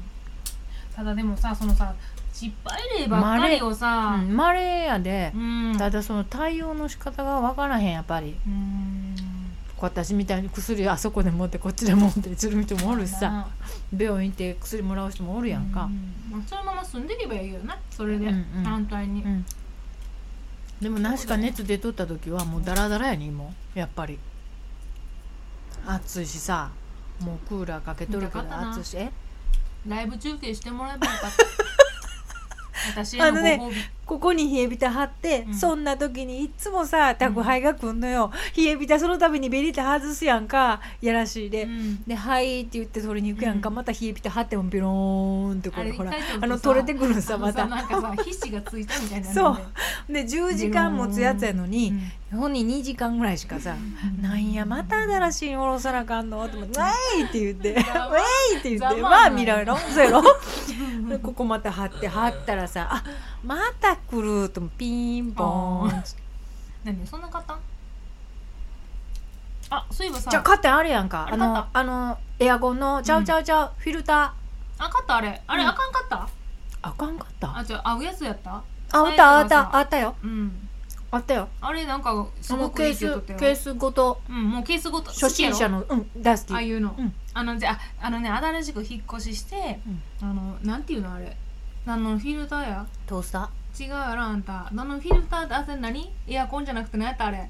[SPEAKER 1] ただでもさそのさ失敗例ばっかりを
[SPEAKER 2] う、
[SPEAKER 1] さ、
[SPEAKER 2] うん、マレーやで
[SPEAKER 1] う、ん、
[SPEAKER 2] ただその対応の仕方が分からへんやっぱり
[SPEAKER 1] うん
[SPEAKER 2] 私みたいに薬あそこで持ってこっちで持ってする人もおるしさ
[SPEAKER 1] な
[SPEAKER 2] 病院行って薬もらう人もおるやんか
[SPEAKER 1] う、んまあそのまま住んでいけばいいよなそれで、
[SPEAKER 2] うんうん
[SPEAKER 1] 反対に、
[SPEAKER 2] うんでも何しか熱出とった時はもうダラダラやにもうやっぱり暑いしさもうクーラーかけとるけど
[SPEAKER 1] 痛かったな
[SPEAKER 2] 暑いしえ
[SPEAKER 1] ライブ中継してもらえばよ かった私への
[SPEAKER 2] あのね
[SPEAKER 1] ご褒美、
[SPEAKER 2] ここに冷えビタ貼って、
[SPEAKER 1] うん
[SPEAKER 2] そんな時にいっつもさ宅配が来んのよ、冷えビタその度にベリって外すやんかやらしいで、
[SPEAKER 1] うん
[SPEAKER 2] で「はい」って言って取りに行くやんか、
[SPEAKER 1] うん
[SPEAKER 2] また冷えビタ貼ってもビローンってこ
[SPEAKER 1] あ
[SPEAKER 2] れ
[SPEAKER 1] れ
[SPEAKER 2] ほら
[SPEAKER 1] 一回ちょっと
[SPEAKER 2] あの
[SPEAKER 1] さ
[SPEAKER 2] 取れてくるの
[SPEAKER 1] あ
[SPEAKER 2] さ
[SPEAKER 1] の
[SPEAKER 2] ま
[SPEAKER 1] さ
[SPEAKER 2] た
[SPEAKER 1] なんかさ皮脂がついたみたいな
[SPEAKER 2] そうで10時間持つやつやの
[SPEAKER 1] に
[SPEAKER 2] に、本人2時間ぐらいしかさ「なんやまただらしいのおろさなあかんの?」って思って「わーい!」って言って「
[SPEAKER 1] ざ
[SPEAKER 2] わ
[SPEAKER 1] ま
[SPEAKER 2] ーい!」って言って
[SPEAKER 1] ざ
[SPEAKER 2] 「
[SPEAKER 1] ま
[SPEAKER 2] まあ
[SPEAKER 1] ない
[SPEAKER 2] 見ら れろそうやろ」でここまた貼って貼ったらさ「あまた来る」と思ってピンポーン
[SPEAKER 1] 何そんな方あそういえばさ
[SPEAKER 2] じゃあカッテンあるやんか
[SPEAKER 1] あ
[SPEAKER 2] あ
[SPEAKER 1] れ
[SPEAKER 2] の
[SPEAKER 1] 買っ
[SPEAKER 2] あのエアコンのちゃうちゃうちゃうフィルタ
[SPEAKER 1] あかったあれあれ、
[SPEAKER 2] うん
[SPEAKER 1] あかんかった
[SPEAKER 2] ーあかんかったあ
[SPEAKER 1] あじゃあ合うやつやった
[SPEAKER 2] あったあったあったよ
[SPEAKER 1] うん
[SPEAKER 2] あったよ
[SPEAKER 1] あれなんかす
[SPEAKER 2] そ
[SPEAKER 1] ご
[SPEAKER 2] の
[SPEAKER 1] く
[SPEAKER 2] ケー
[SPEAKER 1] いいって言っと
[SPEAKER 2] ス
[SPEAKER 1] った
[SPEAKER 2] ケ
[SPEAKER 1] よ
[SPEAKER 2] ースごと
[SPEAKER 1] うんもうケースごと
[SPEAKER 2] 初心者
[SPEAKER 1] の
[SPEAKER 2] のうん大好き
[SPEAKER 1] ああいうの、
[SPEAKER 2] うん
[SPEAKER 1] あのじゃああのね新しく引っ越しして、あのなんていうのあれあのフィルターや
[SPEAKER 2] トースター
[SPEAKER 1] 違うやろあんたあのフィルターってあれ何エアコンじゃなくて何やったあれ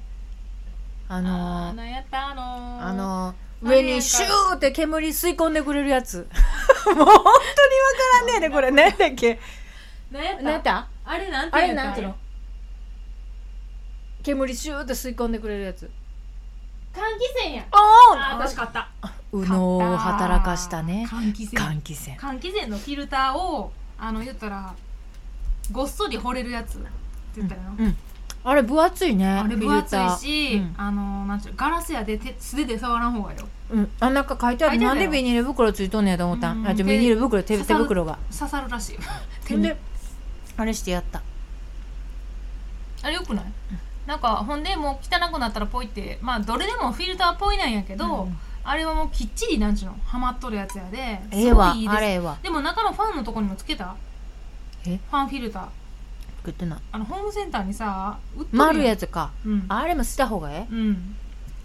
[SPEAKER 2] ああ
[SPEAKER 1] あ
[SPEAKER 2] の
[SPEAKER 1] ーなんやったのー
[SPEAKER 2] あの
[SPEAKER 1] あ
[SPEAKER 2] 上
[SPEAKER 1] れ
[SPEAKER 2] にシューって煙吸い込んでくれる やつもう本当にわからんねえねこれ何だっけ
[SPEAKER 1] なんやった
[SPEAKER 2] 何だ
[SPEAKER 1] あれなんていうんや
[SPEAKER 2] あれな
[SPEAKER 1] った
[SPEAKER 2] んていうの煙シューって吸い込んでくれるやつ
[SPEAKER 1] 換気扇やあ
[SPEAKER 2] あ
[SPEAKER 1] ー私買った
[SPEAKER 2] 右脳を働かしたね
[SPEAKER 1] 換気扇
[SPEAKER 2] 換気扇
[SPEAKER 1] 換気扇のフィルターをあの言ったらごっそり掘れるやつって言ったらな、
[SPEAKER 2] うんあれ分厚いね
[SPEAKER 1] あれ
[SPEAKER 2] フ
[SPEAKER 1] 分
[SPEAKER 2] ィル
[SPEAKER 1] 厚
[SPEAKER 2] タ
[SPEAKER 1] い
[SPEAKER 2] ー
[SPEAKER 1] し、
[SPEAKER 2] うん
[SPEAKER 1] あのなんちゅうガラスやで手素手で触らん方がよ
[SPEAKER 2] うん、あなんか書いてあ
[SPEAKER 1] 書い
[SPEAKER 2] る
[SPEAKER 1] てあ
[SPEAKER 2] なん
[SPEAKER 1] るや
[SPEAKER 2] で
[SPEAKER 1] ろ
[SPEAKER 2] ビニール袋ついとんねやと思った
[SPEAKER 1] うん
[SPEAKER 2] んあじゃあビニール袋手手袋が
[SPEAKER 1] 刺さるらしい 手
[SPEAKER 2] ほん
[SPEAKER 1] に
[SPEAKER 2] であれしてやった
[SPEAKER 1] あれよくないなんかほんでもう汚くなったらポイってまあどれでもフィルターっぽいなんやけど、
[SPEAKER 2] うん
[SPEAKER 1] あれはもうきっちりなんちゅうのはまっとるやつやで
[SPEAKER 2] ええわ
[SPEAKER 1] すごいいいです
[SPEAKER 2] あれええわ
[SPEAKER 1] でも中のファンのとこにもつけた
[SPEAKER 2] え
[SPEAKER 1] ファンフィルター
[SPEAKER 2] 作ってない
[SPEAKER 1] あのホームセンターにさ売ってる
[SPEAKER 2] 丸いや
[SPEAKER 1] つ
[SPEAKER 2] つか
[SPEAKER 1] うん
[SPEAKER 2] あれもした方がええ
[SPEAKER 1] うん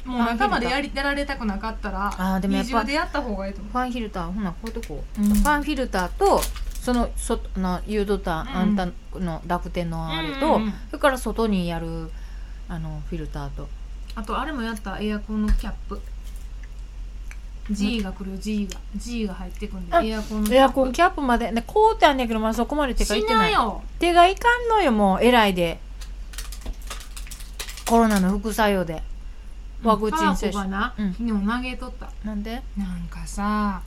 [SPEAKER 1] もう中までやりやられたくなかったら
[SPEAKER 2] あーでもやっぱ
[SPEAKER 1] 二重でやった方がいいと思
[SPEAKER 2] ファンフィルターほなこうとこう、
[SPEAKER 1] うん
[SPEAKER 2] ファンフィルターとその外の誘導タ
[SPEAKER 1] うん
[SPEAKER 2] ー、あんたの楽天の
[SPEAKER 1] う
[SPEAKER 2] あれと、
[SPEAKER 1] うんうんうん
[SPEAKER 2] それから外にやるあのフィルターと
[SPEAKER 1] あとあれもやったエアコンのキャップ G が来るよ G が G が入ってくん
[SPEAKER 2] あ
[SPEAKER 1] でエアコンの
[SPEAKER 2] エアコンキャップまでねこうってあんねんけどまだそこまで手がい
[SPEAKER 1] し
[SPEAKER 2] って
[SPEAKER 1] な
[SPEAKER 2] ないい
[SPEAKER 1] よ
[SPEAKER 2] 手がいかんのよもう偉いでコロナの副作用でワクチン接
[SPEAKER 1] パーコ
[SPEAKER 2] 種
[SPEAKER 1] がな、
[SPEAKER 2] うん
[SPEAKER 1] 昨日投げとった
[SPEAKER 2] なんで
[SPEAKER 1] なんかさ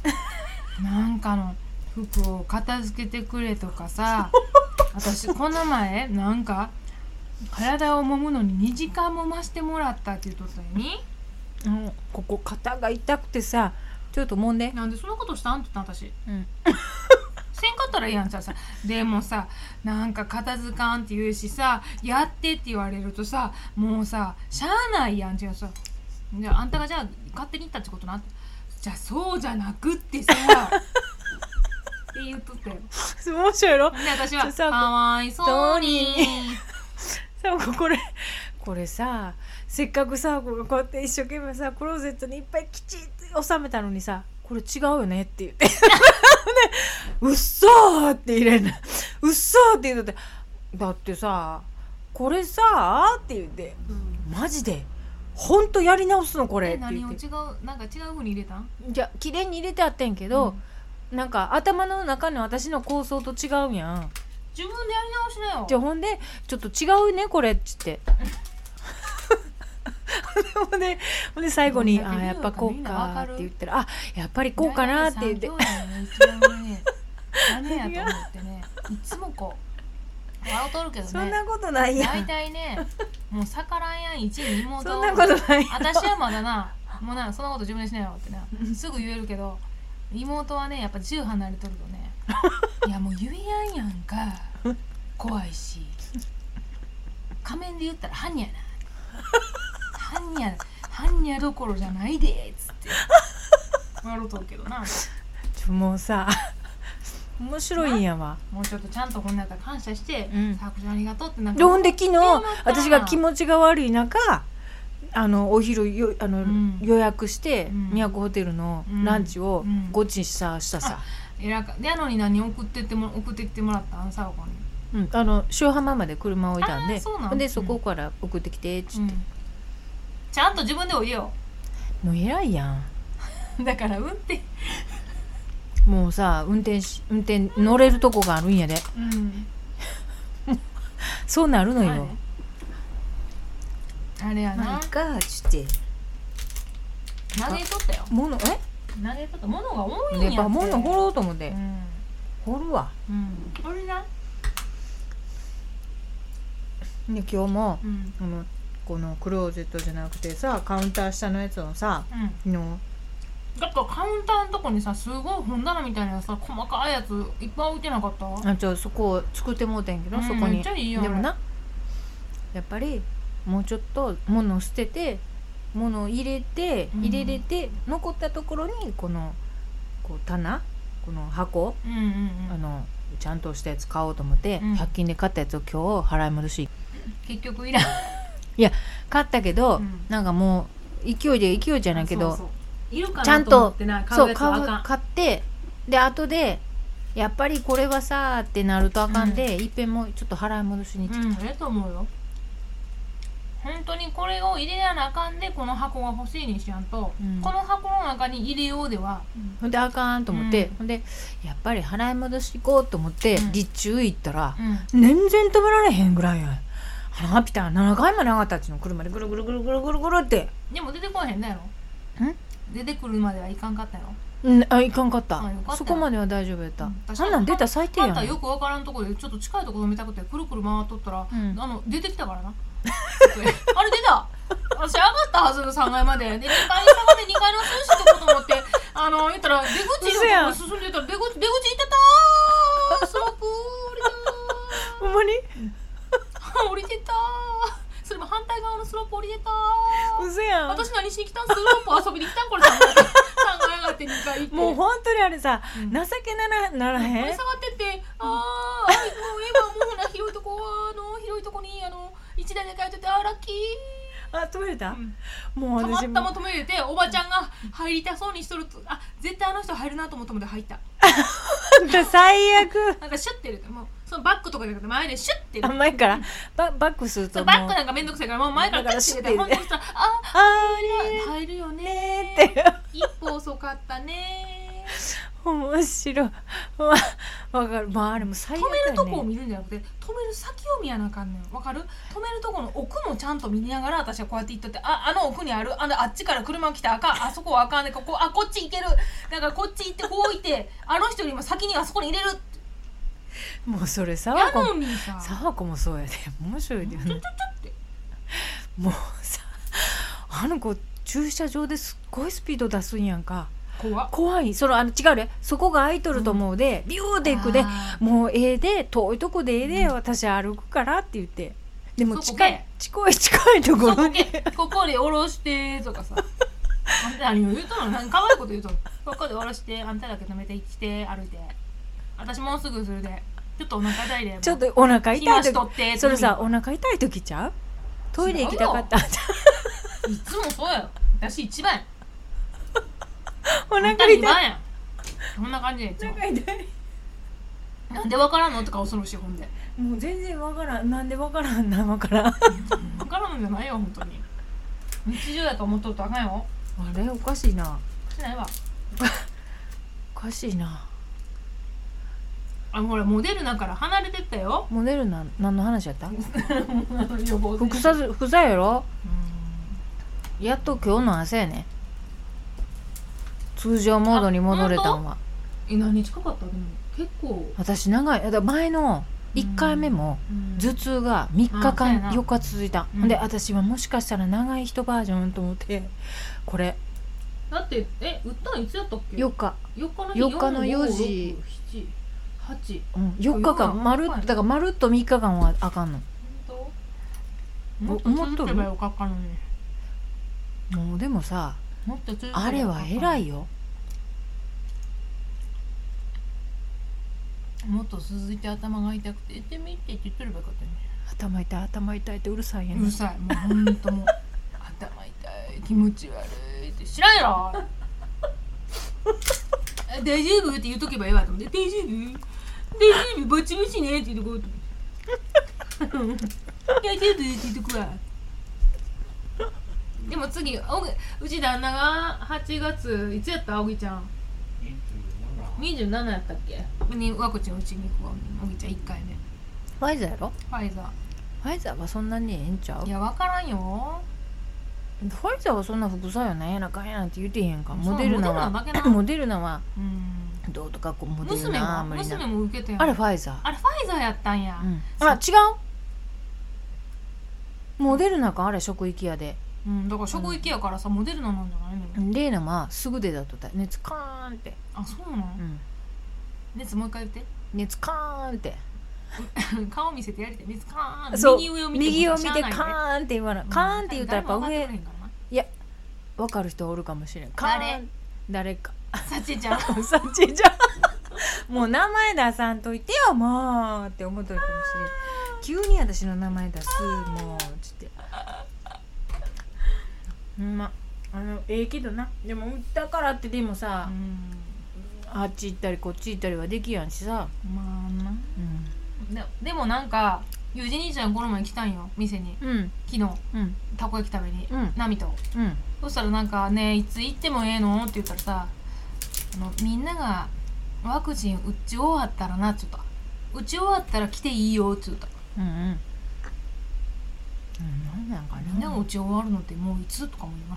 [SPEAKER 1] なんかの服を片付けてくれとかさ私この前なんか体を揉むのに2時間もましてもらったって言っとったよに
[SPEAKER 2] うんここ肩が痛くてさちょっともんで、
[SPEAKER 1] なんでそんなことしたんって言ったん私
[SPEAKER 2] うん、
[SPEAKER 1] せんかったらいいやんじゃあさでもさなんか片付かんって言うしさやってって言われるとさもうさしゃあないやんじゃあさじゃああんたがじゃあ勝手に行ったってことなじゃあそうじゃなくってさって言っとったよ
[SPEAKER 2] 面白いろ
[SPEAKER 1] で私は「
[SPEAKER 2] そう
[SPEAKER 1] かわいそうに
[SPEAKER 2] どう」さあこれこれさせっかくさこうこうやって一生懸命さクローゼットにいっぱいきちっと収めたのにさこれ違うよねって言って ね「うっそー!」って入れんな「うっそー!」って言うとって「だってさこれさ」って言って「マジでほんとやり直すのこれ」っ
[SPEAKER 1] え
[SPEAKER 2] て
[SPEAKER 1] 何
[SPEAKER 2] 言
[SPEAKER 1] を
[SPEAKER 2] っ
[SPEAKER 1] 違
[SPEAKER 2] て
[SPEAKER 1] うなんか違うふうに入れたん
[SPEAKER 2] じゃ綺麗に入れてあってんけど、なんか頭の中の私の構想と違うやん。
[SPEAKER 1] 自分でやり直しなよ
[SPEAKER 2] じゃあほんでちょっと違うねこれっつって。 ほんでほんで最後に「
[SPEAKER 1] ど
[SPEAKER 2] あ
[SPEAKER 1] ん
[SPEAKER 2] ーや
[SPEAKER 1] だけ言
[SPEAKER 2] っ
[SPEAKER 1] うのか
[SPEAKER 2] ぱこう
[SPEAKER 1] みんなわ
[SPEAKER 2] か」
[SPEAKER 1] か
[SPEAKER 2] っ
[SPEAKER 1] る
[SPEAKER 2] て言ったら「あやっぱりこうかな」って言って
[SPEAKER 1] 第三教団の一番ねダメやと思ってねいつもこう笑うとるけ
[SPEAKER 2] 「
[SPEAKER 1] ど
[SPEAKER 2] そん
[SPEAKER 1] ね
[SPEAKER 2] なことないや
[SPEAKER 1] 大
[SPEAKER 2] ん
[SPEAKER 1] 体ねもう逆らえやん一に妹
[SPEAKER 2] そんなことないやん
[SPEAKER 1] 私はまだなもうなそんなこと自分でしないよってなすぐ言えるけど妹はねやっぱ10離れとる とねいやもう言えやんやんか怖いし仮面で言ったら「犯人や な」「犯人や犯人やどころじゃないで」っつって笑うとるけどな
[SPEAKER 2] ちょもう さ面白いんやわ。
[SPEAKER 1] もうちょっとちゃんとこんなやったら感謝して
[SPEAKER 2] うん
[SPEAKER 1] 「さあこちゃんありがとう」ってなん
[SPEAKER 2] で
[SPEAKER 1] か
[SPEAKER 2] ほんで昨日
[SPEAKER 1] よかった
[SPEAKER 2] 私が気持ちが悪い中あのお昼よあの、
[SPEAKER 1] ん
[SPEAKER 2] 予約して、
[SPEAKER 1] うん
[SPEAKER 2] 都ホテルの
[SPEAKER 1] うん
[SPEAKER 2] ランチを
[SPEAKER 1] うん
[SPEAKER 2] ごちさしたさ、
[SPEAKER 1] えらかであのに何送ってっても送ってきてもらったんさおこに。
[SPEAKER 2] うんあの塩浜まで車置いたん
[SPEAKER 1] あー
[SPEAKER 2] で
[SPEAKER 1] そうなん
[SPEAKER 2] ほんでそこから送ってきてっつって
[SPEAKER 1] うんちゃんと自分で降りよ
[SPEAKER 2] もう偉いやん
[SPEAKER 1] うだから運転
[SPEAKER 2] もうさ運転し運転乗れるとこがあるんやで
[SPEAKER 1] うん
[SPEAKER 2] そうなるのよ、
[SPEAKER 1] あれや
[SPEAKER 2] まあい
[SPEAKER 1] ない
[SPEAKER 2] かちって
[SPEAKER 1] 投げとったよ
[SPEAKER 2] 物え
[SPEAKER 1] 投げとったものが多いんや
[SPEAKER 2] やっぱ物掘
[SPEAKER 1] る
[SPEAKER 2] ろうと思って
[SPEAKER 1] うん
[SPEAKER 2] 掘るわ
[SPEAKER 1] うん掘りな
[SPEAKER 2] で今日も
[SPEAKER 1] うん
[SPEAKER 2] あのこのクローゼットじゃなくてさカウンター下のやつのさ
[SPEAKER 1] うん
[SPEAKER 2] の
[SPEAKER 1] だってカウンターのとこにさすごい本棚みたいなさ細かいやついっぱい置いてなかった
[SPEAKER 2] あちょそこを作ってもうてんけど、
[SPEAKER 1] うん
[SPEAKER 2] そこ
[SPEAKER 1] めっ
[SPEAKER 2] に
[SPEAKER 1] ちゃいい
[SPEAKER 2] で
[SPEAKER 1] やん
[SPEAKER 2] もなやっぱりもうちょっと物を捨てて物を入れて
[SPEAKER 1] うん
[SPEAKER 2] 入れれて、残ったところにこのこう棚この箱
[SPEAKER 1] うんうんう
[SPEAKER 2] あ
[SPEAKER 1] ん
[SPEAKER 2] のちゃんとしたやつ買おうと思って、
[SPEAKER 1] うん
[SPEAKER 2] 100均で買ったやつを今日払い戻し
[SPEAKER 1] 結 局いらん
[SPEAKER 2] 買ったけど、
[SPEAKER 1] うん
[SPEAKER 2] なんかもう勢いで勢いじゃないけど
[SPEAKER 1] そうそういるか
[SPEAKER 2] ちゃ
[SPEAKER 1] なん
[SPEAKER 2] と
[SPEAKER 1] と思ってな買う
[SPEAKER 2] そう
[SPEAKER 1] やつはあ
[SPEAKER 2] 買う
[SPEAKER 1] か
[SPEAKER 2] 買ってで後でやっぱりこれはさーってなるとあかんで、いっぺんもうちょっと払い戻しに行っ
[SPEAKER 1] ん
[SPEAKER 2] て
[SPEAKER 1] うんええと思うよ本当にこれを入れやなあかんでこの箱が欲しいにしやんと、
[SPEAKER 2] うん
[SPEAKER 1] この箱の中に入れようでは
[SPEAKER 2] ほんであかんと思って、
[SPEAKER 1] うん
[SPEAKER 2] ほんでやっぱり払い戻し行こうと思って、
[SPEAKER 1] うん
[SPEAKER 2] 立中行ったら、
[SPEAKER 1] うん
[SPEAKER 2] 全然止められへんぐらいやん花ピタ7回も長田っちの車でぐるぐるぐるぐるぐるぐるって
[SPEAKER 1] でも出てこへんだやろ
[SPEAKER 2] ん
[SPEAKER 1] 出てくるまではいかんかったやろ
[SPEAKER 2] うんあいかんかった
[SPEAKER 1] あよかった
[SPEAKER 2] そこまでは大丈夫やった、
[SPEAKER 1] うん確か
[SPEAKER 2] あ
[SPEAKER 1] に
[SPEAKER 2] んなん出たら最低
[SPEAKER 1] あ
[SPEAKER 2] や
[SPEAKER 1] ん
[SPEAKER 2] ん
[SPEAKER 1] たよくわからんとこでちょっと近いところ見たくてくるくる回っとったら、
[SPEAKER 2] うん
[SPEAKER 1] あの出てきたからな あれ出た私上がったはず3階までで2階下まで2階の涼しいとこと思ってあの言ったら出口
[SPEAKER 2] 嘘や
[SPEAKER 1] の
[SPEAKER 2] ん
[SPEAKER 1] とこ進んでたら出口出口行ってたーそっくりだ
[SPEAKER 2] ほんまに
[SPEAKER 1] ー降りてたーそれも反対側のスロープ降りてたー
[SPEAKER 2] うやん
[SPEAKER 1] 私何しに来たんスロープ遊びに来たんこれ3階3階上がって2階行って
[SPEAKER 2] もう本当にあれさ、
[SPEAKER 1] うん
[SPEAKER 2] 情けならなら
[SPEAKER 1] こ
[SPEAKER 2] へ
[SPEAKER 1] れ
[SPEAKER 2] ん
[SPEAKER 1] 下がってって、あーあ、もう今もうな広いとこはあの広いとこにあの一台で帰っててあーラッキー。
[SPEAKER 2] あ止めれた、もう
[SPEAKER 1] たま
[SPEAKER 2] 私
[SPEAKER 1] た
[SPEAKER 2] も
[SPEAKER 1] ま止めれておばちゃんが入りたそうにしとるとあ絶対あの人入るなと思ったので入った
[SPEAKER 2] 最悪
[SPEAKER 1] なんかシュッて入れてもうそのバックとかじゃなくて前でシュッて入れて
[SPEAKER 2] 甘いからババックする
[SPEAKER 1] そ
[SPEAKER 2] とも
[SPEAKER 1] う
[SPEAKER 2] う
[SPEAKER 1] バックなんかめんどくさいからもう前からキャッチ入れて
[SPEAKER 2] だ
[SPEAKER 1] ほん
[SPEAKER 2] から
[SPEAKER 1] と
[SPEAKER 2] シ
[SPEAKER 1] にしたらあ
[SPEAKER 2] あ
[SPEAKER 1] ー入るよね
[SPEAKER 2] ーって
[SPEAKER 1] 一歩遅かったね
[SPEAKER 2] 面白い わわかるまああれも最悪
[SPEAKER 1] 止め
[SPEAKER 2] や
[SPEAKER 1] る
[SPEAKER 2] ね
[SPEAKER 1] とこを見るんじゃなくて止める先を見やなあかんねんわかる止めるとこの奥もちゃんと見ながら私はこうやって行っとってああの奥にあるあのあっちから車来たらあかんあそこはあかんねここあこっち行けるだからこっち行ってこう行ってあの人よりも先にあそこに入れる
[SPEAKER 2] もうそれさ
[SPEAKER 1] や
[SPEAKER 2] わこ
[SPEAKER 1] の
[SPEAKER 2] も
[SPEAKER 1] にさ
[SPEAKER 2] さわこもそうやで、面 白いで、ね、もうさあの子駐車場ですっごいスピード出すんやんか
[SPEAKER 1] 怖っ
[SPEAKER 2] 怖いそのあの違うねそこが空いとると思うで、ビューで行くで
[SPEAKER 1] あ
[SPEAKER 2] もうええで遠いとこでええで、私歩くからって言ってでも
[SPEAKER 1] そこ
[SPEAKER 2] 近い
[SPEAKER 1] け
[SPEAKER 2] 近い近いとこ
[SPEAKER 1] そ
[SPEAKER 2] ろ
[SPEAKER 1] こ
[SPEAKER 2] に
[SPEAKER 1] でここで下ろしてとかさあんた何を言うとんの何かわいいこと言うとんのここで下ろしてあんただけ止めてきて歩いて私もうすぐそれでちょっとお腹痛い で
[SPEAKER 2] ちょっとお腹痛い
[SPEAKER 1] 冷やしとっ
[SPEAKER 2] 時
[SPEAKER 1] て
[SPEAKER 2] それさお腹痛い時ちゃうトイレ行きたかった
[SPEAKER 1] いつもそうやよ。私一番や。
[SPEAKER 2] お
[SPEAKER 1] あ
[SPEAKER 2] 腹
[SPEAKER 1] んた
[SPEAKER 2] 痛い
[SPEAKER 1] 二番や。そんな感じでいつも。
[SPEAKER 2] 痛い
[SPEAKER 1] なんでわからんのとか恐ろしいほんで。
[SPEAKER 2] もう全然わからんなんでわからんなわからんあ
[SPEAKER 1] わからんのじゃないよ本当に。日常やと思っとるとあかんよ。
[SPEAKER 2] れおかしいな
[SPEAKER 1] しないわ。
[SPEAKER 2] おかしいな
[SPEAKER 1] あほらモデルだから離れてった よ。
[SPEAKER 2] モデルなん何の話やった
[SPEAKER 1] 予防接
[SPEAKER 2] 副
[SPEAKER 1] 種
[SPEAKER 2] 作副作やろ
[SPEAKER 1] うん
[SPEAKER 2] やっと今日の朝やね通常モードに戻れたんは
[SPEAKER 1] え何日かかったでも結構。
[SPEAKER 2] 私長いだから前の1回目も
[SPEAKER 1] うん
[SPEAKER 2] 頭痛が3日
[SPEAKER 1] あそうや
[SPEAKER 2] 間
[SPEAKER 1] な
[SPEAKER 2] 4日続いた、
[SPEAKER 1] うん
[SPEAKER 2] ほん、で私はもしかしたら長い人バージョンと思ってこれ
[SPEAKER 1] だってえ売ったんいつやったっけ？
[SPEAKER 2] 4日、
[SPEAKER 1] 四日の
[SPEAKER 2] 四日の四時。
[SPEAKER 1] 七八。
[SPEAKER 2] うん、4日間まるっとだからまるっと3日間はあかんの
[SPEAKER 1] 本
[SPEAKER 2] お
[SPEAKER 1] 当？もっと
[SPEAKER 2] 思っと
[SPEAKER 1] 続
[SPEAKER 2] る
[SPEAKER 1] けばよかったのに。
[SPEAKER 2] もうでもさ
[SPEAKER 1] もっと続けばよかった
[SPEAKER 2] あれは偉いよ
[SPEAKER 1] もっと続いて頭が痛くて「行ってみ」って言っとればよかったね
[SPEAKER 2] 頭痛い頭痛いってうるさいや
[SPEAKER 1] うる
[SPEAKER 2] ん
[SPEAKER 1] さいもうほんともう頭痛い気持ち悪いって知らんやろえ大丈夫って言っとけばええわと思って「大丈夫大丈夫ぼちぼちね」って言っとこうと思って 大丈夫って言っとくわでも次おうち旦那が8月いつやったあおぎちゃん27やったっけにワクチン打ちに行くわおぎちゃん1回目
[SPEAKER 2] ファイザーやろ
[SPEAKER 1] ファイザー
[SPEAKER 2] ファイザーはそんなにええんちゃう
[SPEAKER 1] いや分からんよ
[SPEAKER 2] ファイザーはそんな副作用なんやなかんやなんて言うてへんか
[SPEAKER 1] そう
[SPEAKER 2] モデルナは
[SPEAKER 1] モデルナだけな
[SPEAKER 2] モデルナは
[SPEAKER 1] うん
[SPEAKER 2] どうとかこうモデル
[SPEAKER 1] 娘
[SPEAKER 2] ナは
[SPEAKER 1] は
[SPEAKER 2] 無理
[SPEAKER 1] 娘
[SPEAKER 2] な
[SPEAKER 1] も受けてん
[SPEAKER 2] あれファイザー
[SPEAKER 1] あれファイザーやったんや、
[SPEAKER 2] うん、あ違うモデルナかあれ職域やで
[SPEAKER 1] うんだから職域やからさ、モデルナなんじゃないの、
[SPEAKER 2] レイナはすぐ出たとた熱カーンって、
[SPEAKER 1] あそうなん、
[SPEAKER 2] うん、
[SPEAKER 1] 熱もう一回言って
[SPEAKER 2] 熱カーンって
[SPEAKER 1] 顔見せてやり たい熱カーン
[SPEAKER 2] そう
[SPEAKER 1] 右上を見て
[SPEAKER 2] 右を見てカ
[SPEAKER 1] ン
[SPEAKER 2] ーンって言わないカーンって言ったらやっぱ上わかる人おるかもしれんカーン誰か
[SPEAKER 1] サチちゃん
[SPEAKER 2] さっちじゃんもう名前出さんといてよもうって思っとるかもしれん急に私の名前出すもうつってほんまあのええけどなでも売ったからってでもさ、
[SPEAKER 1] うん
[SPEAKER 2] あっち行ったりこっち行ったりはできやんしさ、
[SPEAKER 1] まあな
[SPEAKER 2] うん、
[SPEAKER 1] ででもなんかゆうじ兄ちゃんこの前来たんよ店に
[SPEAKER 2] うん
[SPEAKER 1] 昨日
[SPEAKER 2] うん
[SPEAKER 1] たこ焼き食べに、
[SPEAKER 2] うん
[SPEAKER 1] ナミと
[SPEAKER 2] うん
[SPEAKER 1] そしたらなんかねいつ行ってもええのって言ったらさあのみんながワクチン打ち終わったらなっちゅった打ち終わったら来ていいよっつった
[SPEAKER 2] うんうんうんなんなんか
[SPEAKER 1] みんな
[SPEAKER 2] な
[SPEAKER 1] が打ち終わるのってもういつとかも言わ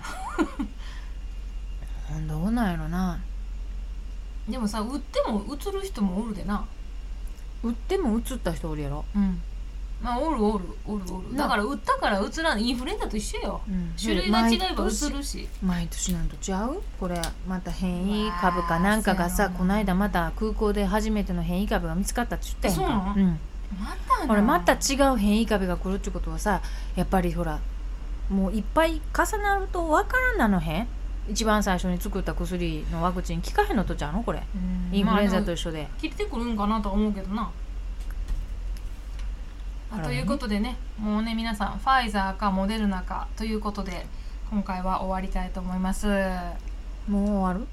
[SPEAKER 1] ない
[SPEAKER 2] どうなんやろな
[SPEAKER 1] でもさ打っても打つる人もおるでな
[SPEAKER 2] 売っても映った人おるやろ
[SPEAKER 1] うんまあおるおるおるおる
[SPEAKER 2] な
[SPEAKER 1] だから打ったからうつらんインフルエンザと一緒よ
[SPEAKER 2] うん
[SPEAKER 1] 種類が違えばう
[SPEAKER 2] 毎
[SPEAKER 1] つ
[SPEAKER 2] 年
[SPEAKER 1] るし
[SPEAKER 2] 毎年なんとちゃうこれまた変異株かなんかが
[SPEAKER 1] うわ
[SPEAKER 2] さ
[SPEAKER 1] ー
[SPEAKER 2] こないだまた空港で初めての変異株が見つかったって言ったやんか
[SPEAKER 1] そうなの
[SPEAKER 2] ん
[SPEAKER 1] またな
[SPEAKER 2] ほらまた違う変異株が来るってことはさやっぱりほらもういっぱい重なるとわからんなのへん一番最初に作った薬のワクチン効かへんのとちゃうのこれ
[SPEAKER 1] うん
[SPEAKER 2] インフルエンザと
[SPEAKER 1] まあ
[SPEAKER 2] 一緒で、
[SPEAKER 1] 切れてくるんかなとは思うけどなあ
[SPEAKER 2] あらね
[SPEAKER 1] ということでねもうね皆さんファイザーかモデルナかということで今回は終わりたいと思います
[SPEAKER 2] もう終わる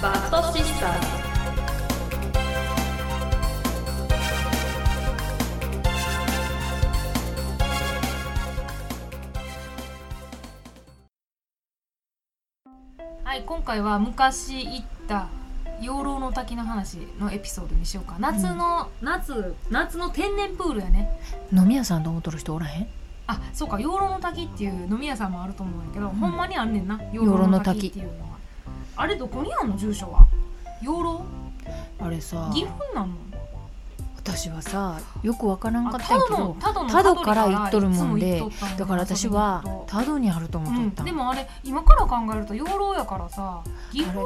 [SPEAKER 3] バッドシスターズ
[SPEAKER 1] はい今回は昔行った養老の滝の話のエピソードにしようか夏の、夏夏の天然プールやね
[SPEAKER 2] 飲み屋さんと思っとる人おらへん
[SPEAKER 1] あそうか養老の滝っていう飲み屋さんもあると思うんやけど、ほんまにあんねんな養
[SPEAKER 2] 老
[SPEAKER 1] 老
[SPEAKER 2] の
[SPEAKER 1] の
[SPEAKER 2] 滝
[SPEAKER 1] 滝っていうのはあれどこにあんの住所は養老
[SPEAKER 2] あれさ
[SPEAKER 1] 岐阜なんの
[SPEAKER 2] 私はさよくわからんか
[SPEAKER 1] あ
[SPEAKER 2] った
[SPEAKER 1] た
[SPEAKER 2] んや
[SPEAKER 1] だ
[SPEAKER 2] けど
[SPEAKER 1] のただの
[SPEAKER 2] 多度から行っとるもんで
[SPEAKER 1] いつ行っとったんよ
[SPEAKER 2] だから私
[SPEAKER 1] 遊びに行
[SPEAKER 2] は
[SPEAKER 1] っと
[SPEAKER 2] 多度にあると思っとった、
[SPEAKER 1] うん、でもあれ今から考えると養老やからさ岐
[SPEAKER 2] あ
[SPEAKER 1] 阜
[SPEAKER 2] れ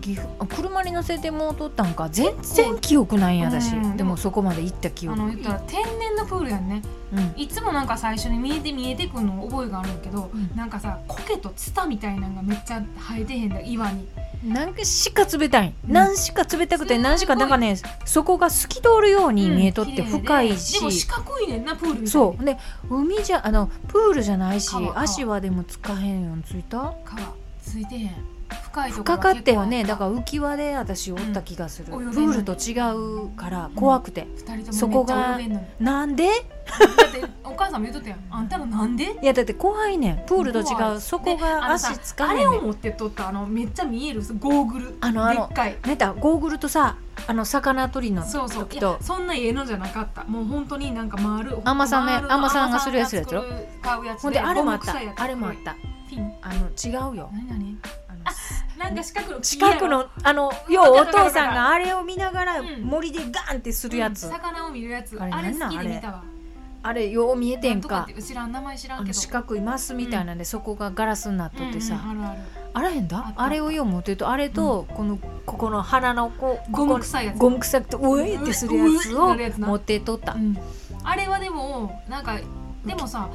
[SPEAKER 2] 岐阜あ車に乗せてもうとったんか全然記憶ないんや私、
[SPEAKER 1] うんうん
[SPEAKER 2] でもそこまで行った記
[SPEAKER 1] あ
[SPEAKER 2] 憶
[SPEAKER 1] の言ったら天然のプールやんね
[SPEAKER 2] うん
[SPEAKER 1] いつもなんか最初に見えて見えてくるの覚えがあるんやけど、
[SPEAKER 2] うん
[SPEAKER 1] なんかさ苔とツタみたいなのがめっちゃ生えてへんだ岩に
[SPEAKER 2] 何しか冷たい、
[SPEAKER 1] うん
[SPEAKER 2] 何しか冷たくて
[SPEAKER 1] すごい
[SPEAKER 2] 何しかなんかねそこが透き通るように見えとっ
[SPEAKER 1] うん
[SPEAKER 2] て
[SPEAKER 1] 綺麗で
[SPEAKER 2] 深いし、
[SPEAKER 1] でも四角いねんなプールみたいに
[SPEAKER 2] そうで海じゃあのプールじゃないし
[SPEAKER 1] 川川
[SPEAKER 2] 足はでもつかへんようについた
[SPEAKER 1] 川ついてへん深いとこ
[SPEAKER 2] 深かったよねだ
[SPEAKER 1] ら
[SPEAKER 2] から浮き輪で私おった気がする、
[SPEAKER 1] うん
[SPEAKER 2] プ
[SPEAKER 1] 泳げない
[SPEAKER 2] ールと違うから怖くて、
[SPEAKER 1] 二人と
[SPEAKER 2] そ
[SPEAKER 1] も
[SPEAKER 2] こ
[SPEAKER 1] めっちゃ
[SPEAKER 2] が
[SPEAKER 1] 泳げんのに
[SPEAKER 2] なんで
[SPEAKER 1] だってお母さんも言うとったやんあんたらなんで
[SPEAKER 2] いやだって怖いねんプールと違
[SPEAKER 1] 怖
[SPEAKER 2] う
[SPEAKER 1] い
[SPEAKER 2] そこ
[SPEAKER 1] であ
[SPEAKER 2] が
[SPEAKER 1] のさ
[SPEAKER 2] 足つか
[SPEAKER 1] あ
[SPEAKER 2] へ
[SPEAKER 1] れ
[SPEAKER 2] ん
[SPEAKER 1] を
[SPEAKER 2] ねん
[SPEAKER 1] 持ってっとったあのめっちゃ見えるゴーグル
[SPEAKER 2] あのあの
[SPEAKER 1] でっかい
[SPEAKER 2] ねたゴーグルとさあの魚取りの
[SPEAKER 1] そうそう
[SPEAKER 2] 時
[SPEAKER 1] い
[SPEAKER 2] と
[SPEAKER 1] やそんなええのじゃなかったもう本当になんか丸
[SPEAKER 2] あんまさんね
[SPEAKER 1] 丸の
[SPEAKER 2] あんまさんがするやつやつよ
[SPEAKER 1] あんまさんが作る買うやつ
[SPEAKER 2] ほんであれもあった
[SPEAKER 1] ゴム臭いやつ
[SPEAKER 2] あれもあった
[SPEAKER 1] ピン
[SPEAKER 2] あの違うよ
[SPEAKER 1] 何何
[SPEAKER 2] あの
[SPEAKER 1] なんか四角の
[SPEAKER 2] 近くのあのようお父さんがあれを見ながら
[SPEAKER 1] うん
[SPEAKER 2] 森でガンってするやつ、
[SPEAKER 1] うん魚を見るやつ
[SPEAKER 2] あ
[SPEAKER 1] あ
[SPEAKER 2] れ
[SPEAKER 1] れ
[SPEAKER 2] なんなん
[SPEAKER 1] 好きで見たわ
[SPEAKER 2] あれよう見えて
[SPEAKER 1] なん
[SPEAKER 2] ん
[SPEAKER 1] とかっ
[SPEAKER 2] か
[SPEAKER 1] て知らん名前知ら
[SPEAKER 2] あ
[SPEAKER 1] んけ
[SPEAKER 2] の
[SPEAKER 1] ど
[SPEAKER 2] 四角いマスみたいなんで、そこがガラスになっとってさ、
[SPEAKER 1] うんうんあるある
[SPEAKER 2] あらへん
[SPEAKER 1] あ
[SPEAKER 2] だ
[SPEAKER 1] った
[SPEAKER 2] あれをよう持ってるとあれと、このここの鼻のこうこ
[SPEAKER 1] ゴム
[SPEAKER 2] こ
[SPEAKER 1] 臭いやつ
[SPEAKER 2] ゴム臭くてうえってするやつ
[SPEAKER 1] うえって
[SPEAKER 2] を
[SPEAKER 1] なるやつな
[SPEAKER 2] 持ってとった、
[SPEAKER 1] うんあれはでもなんかでもさ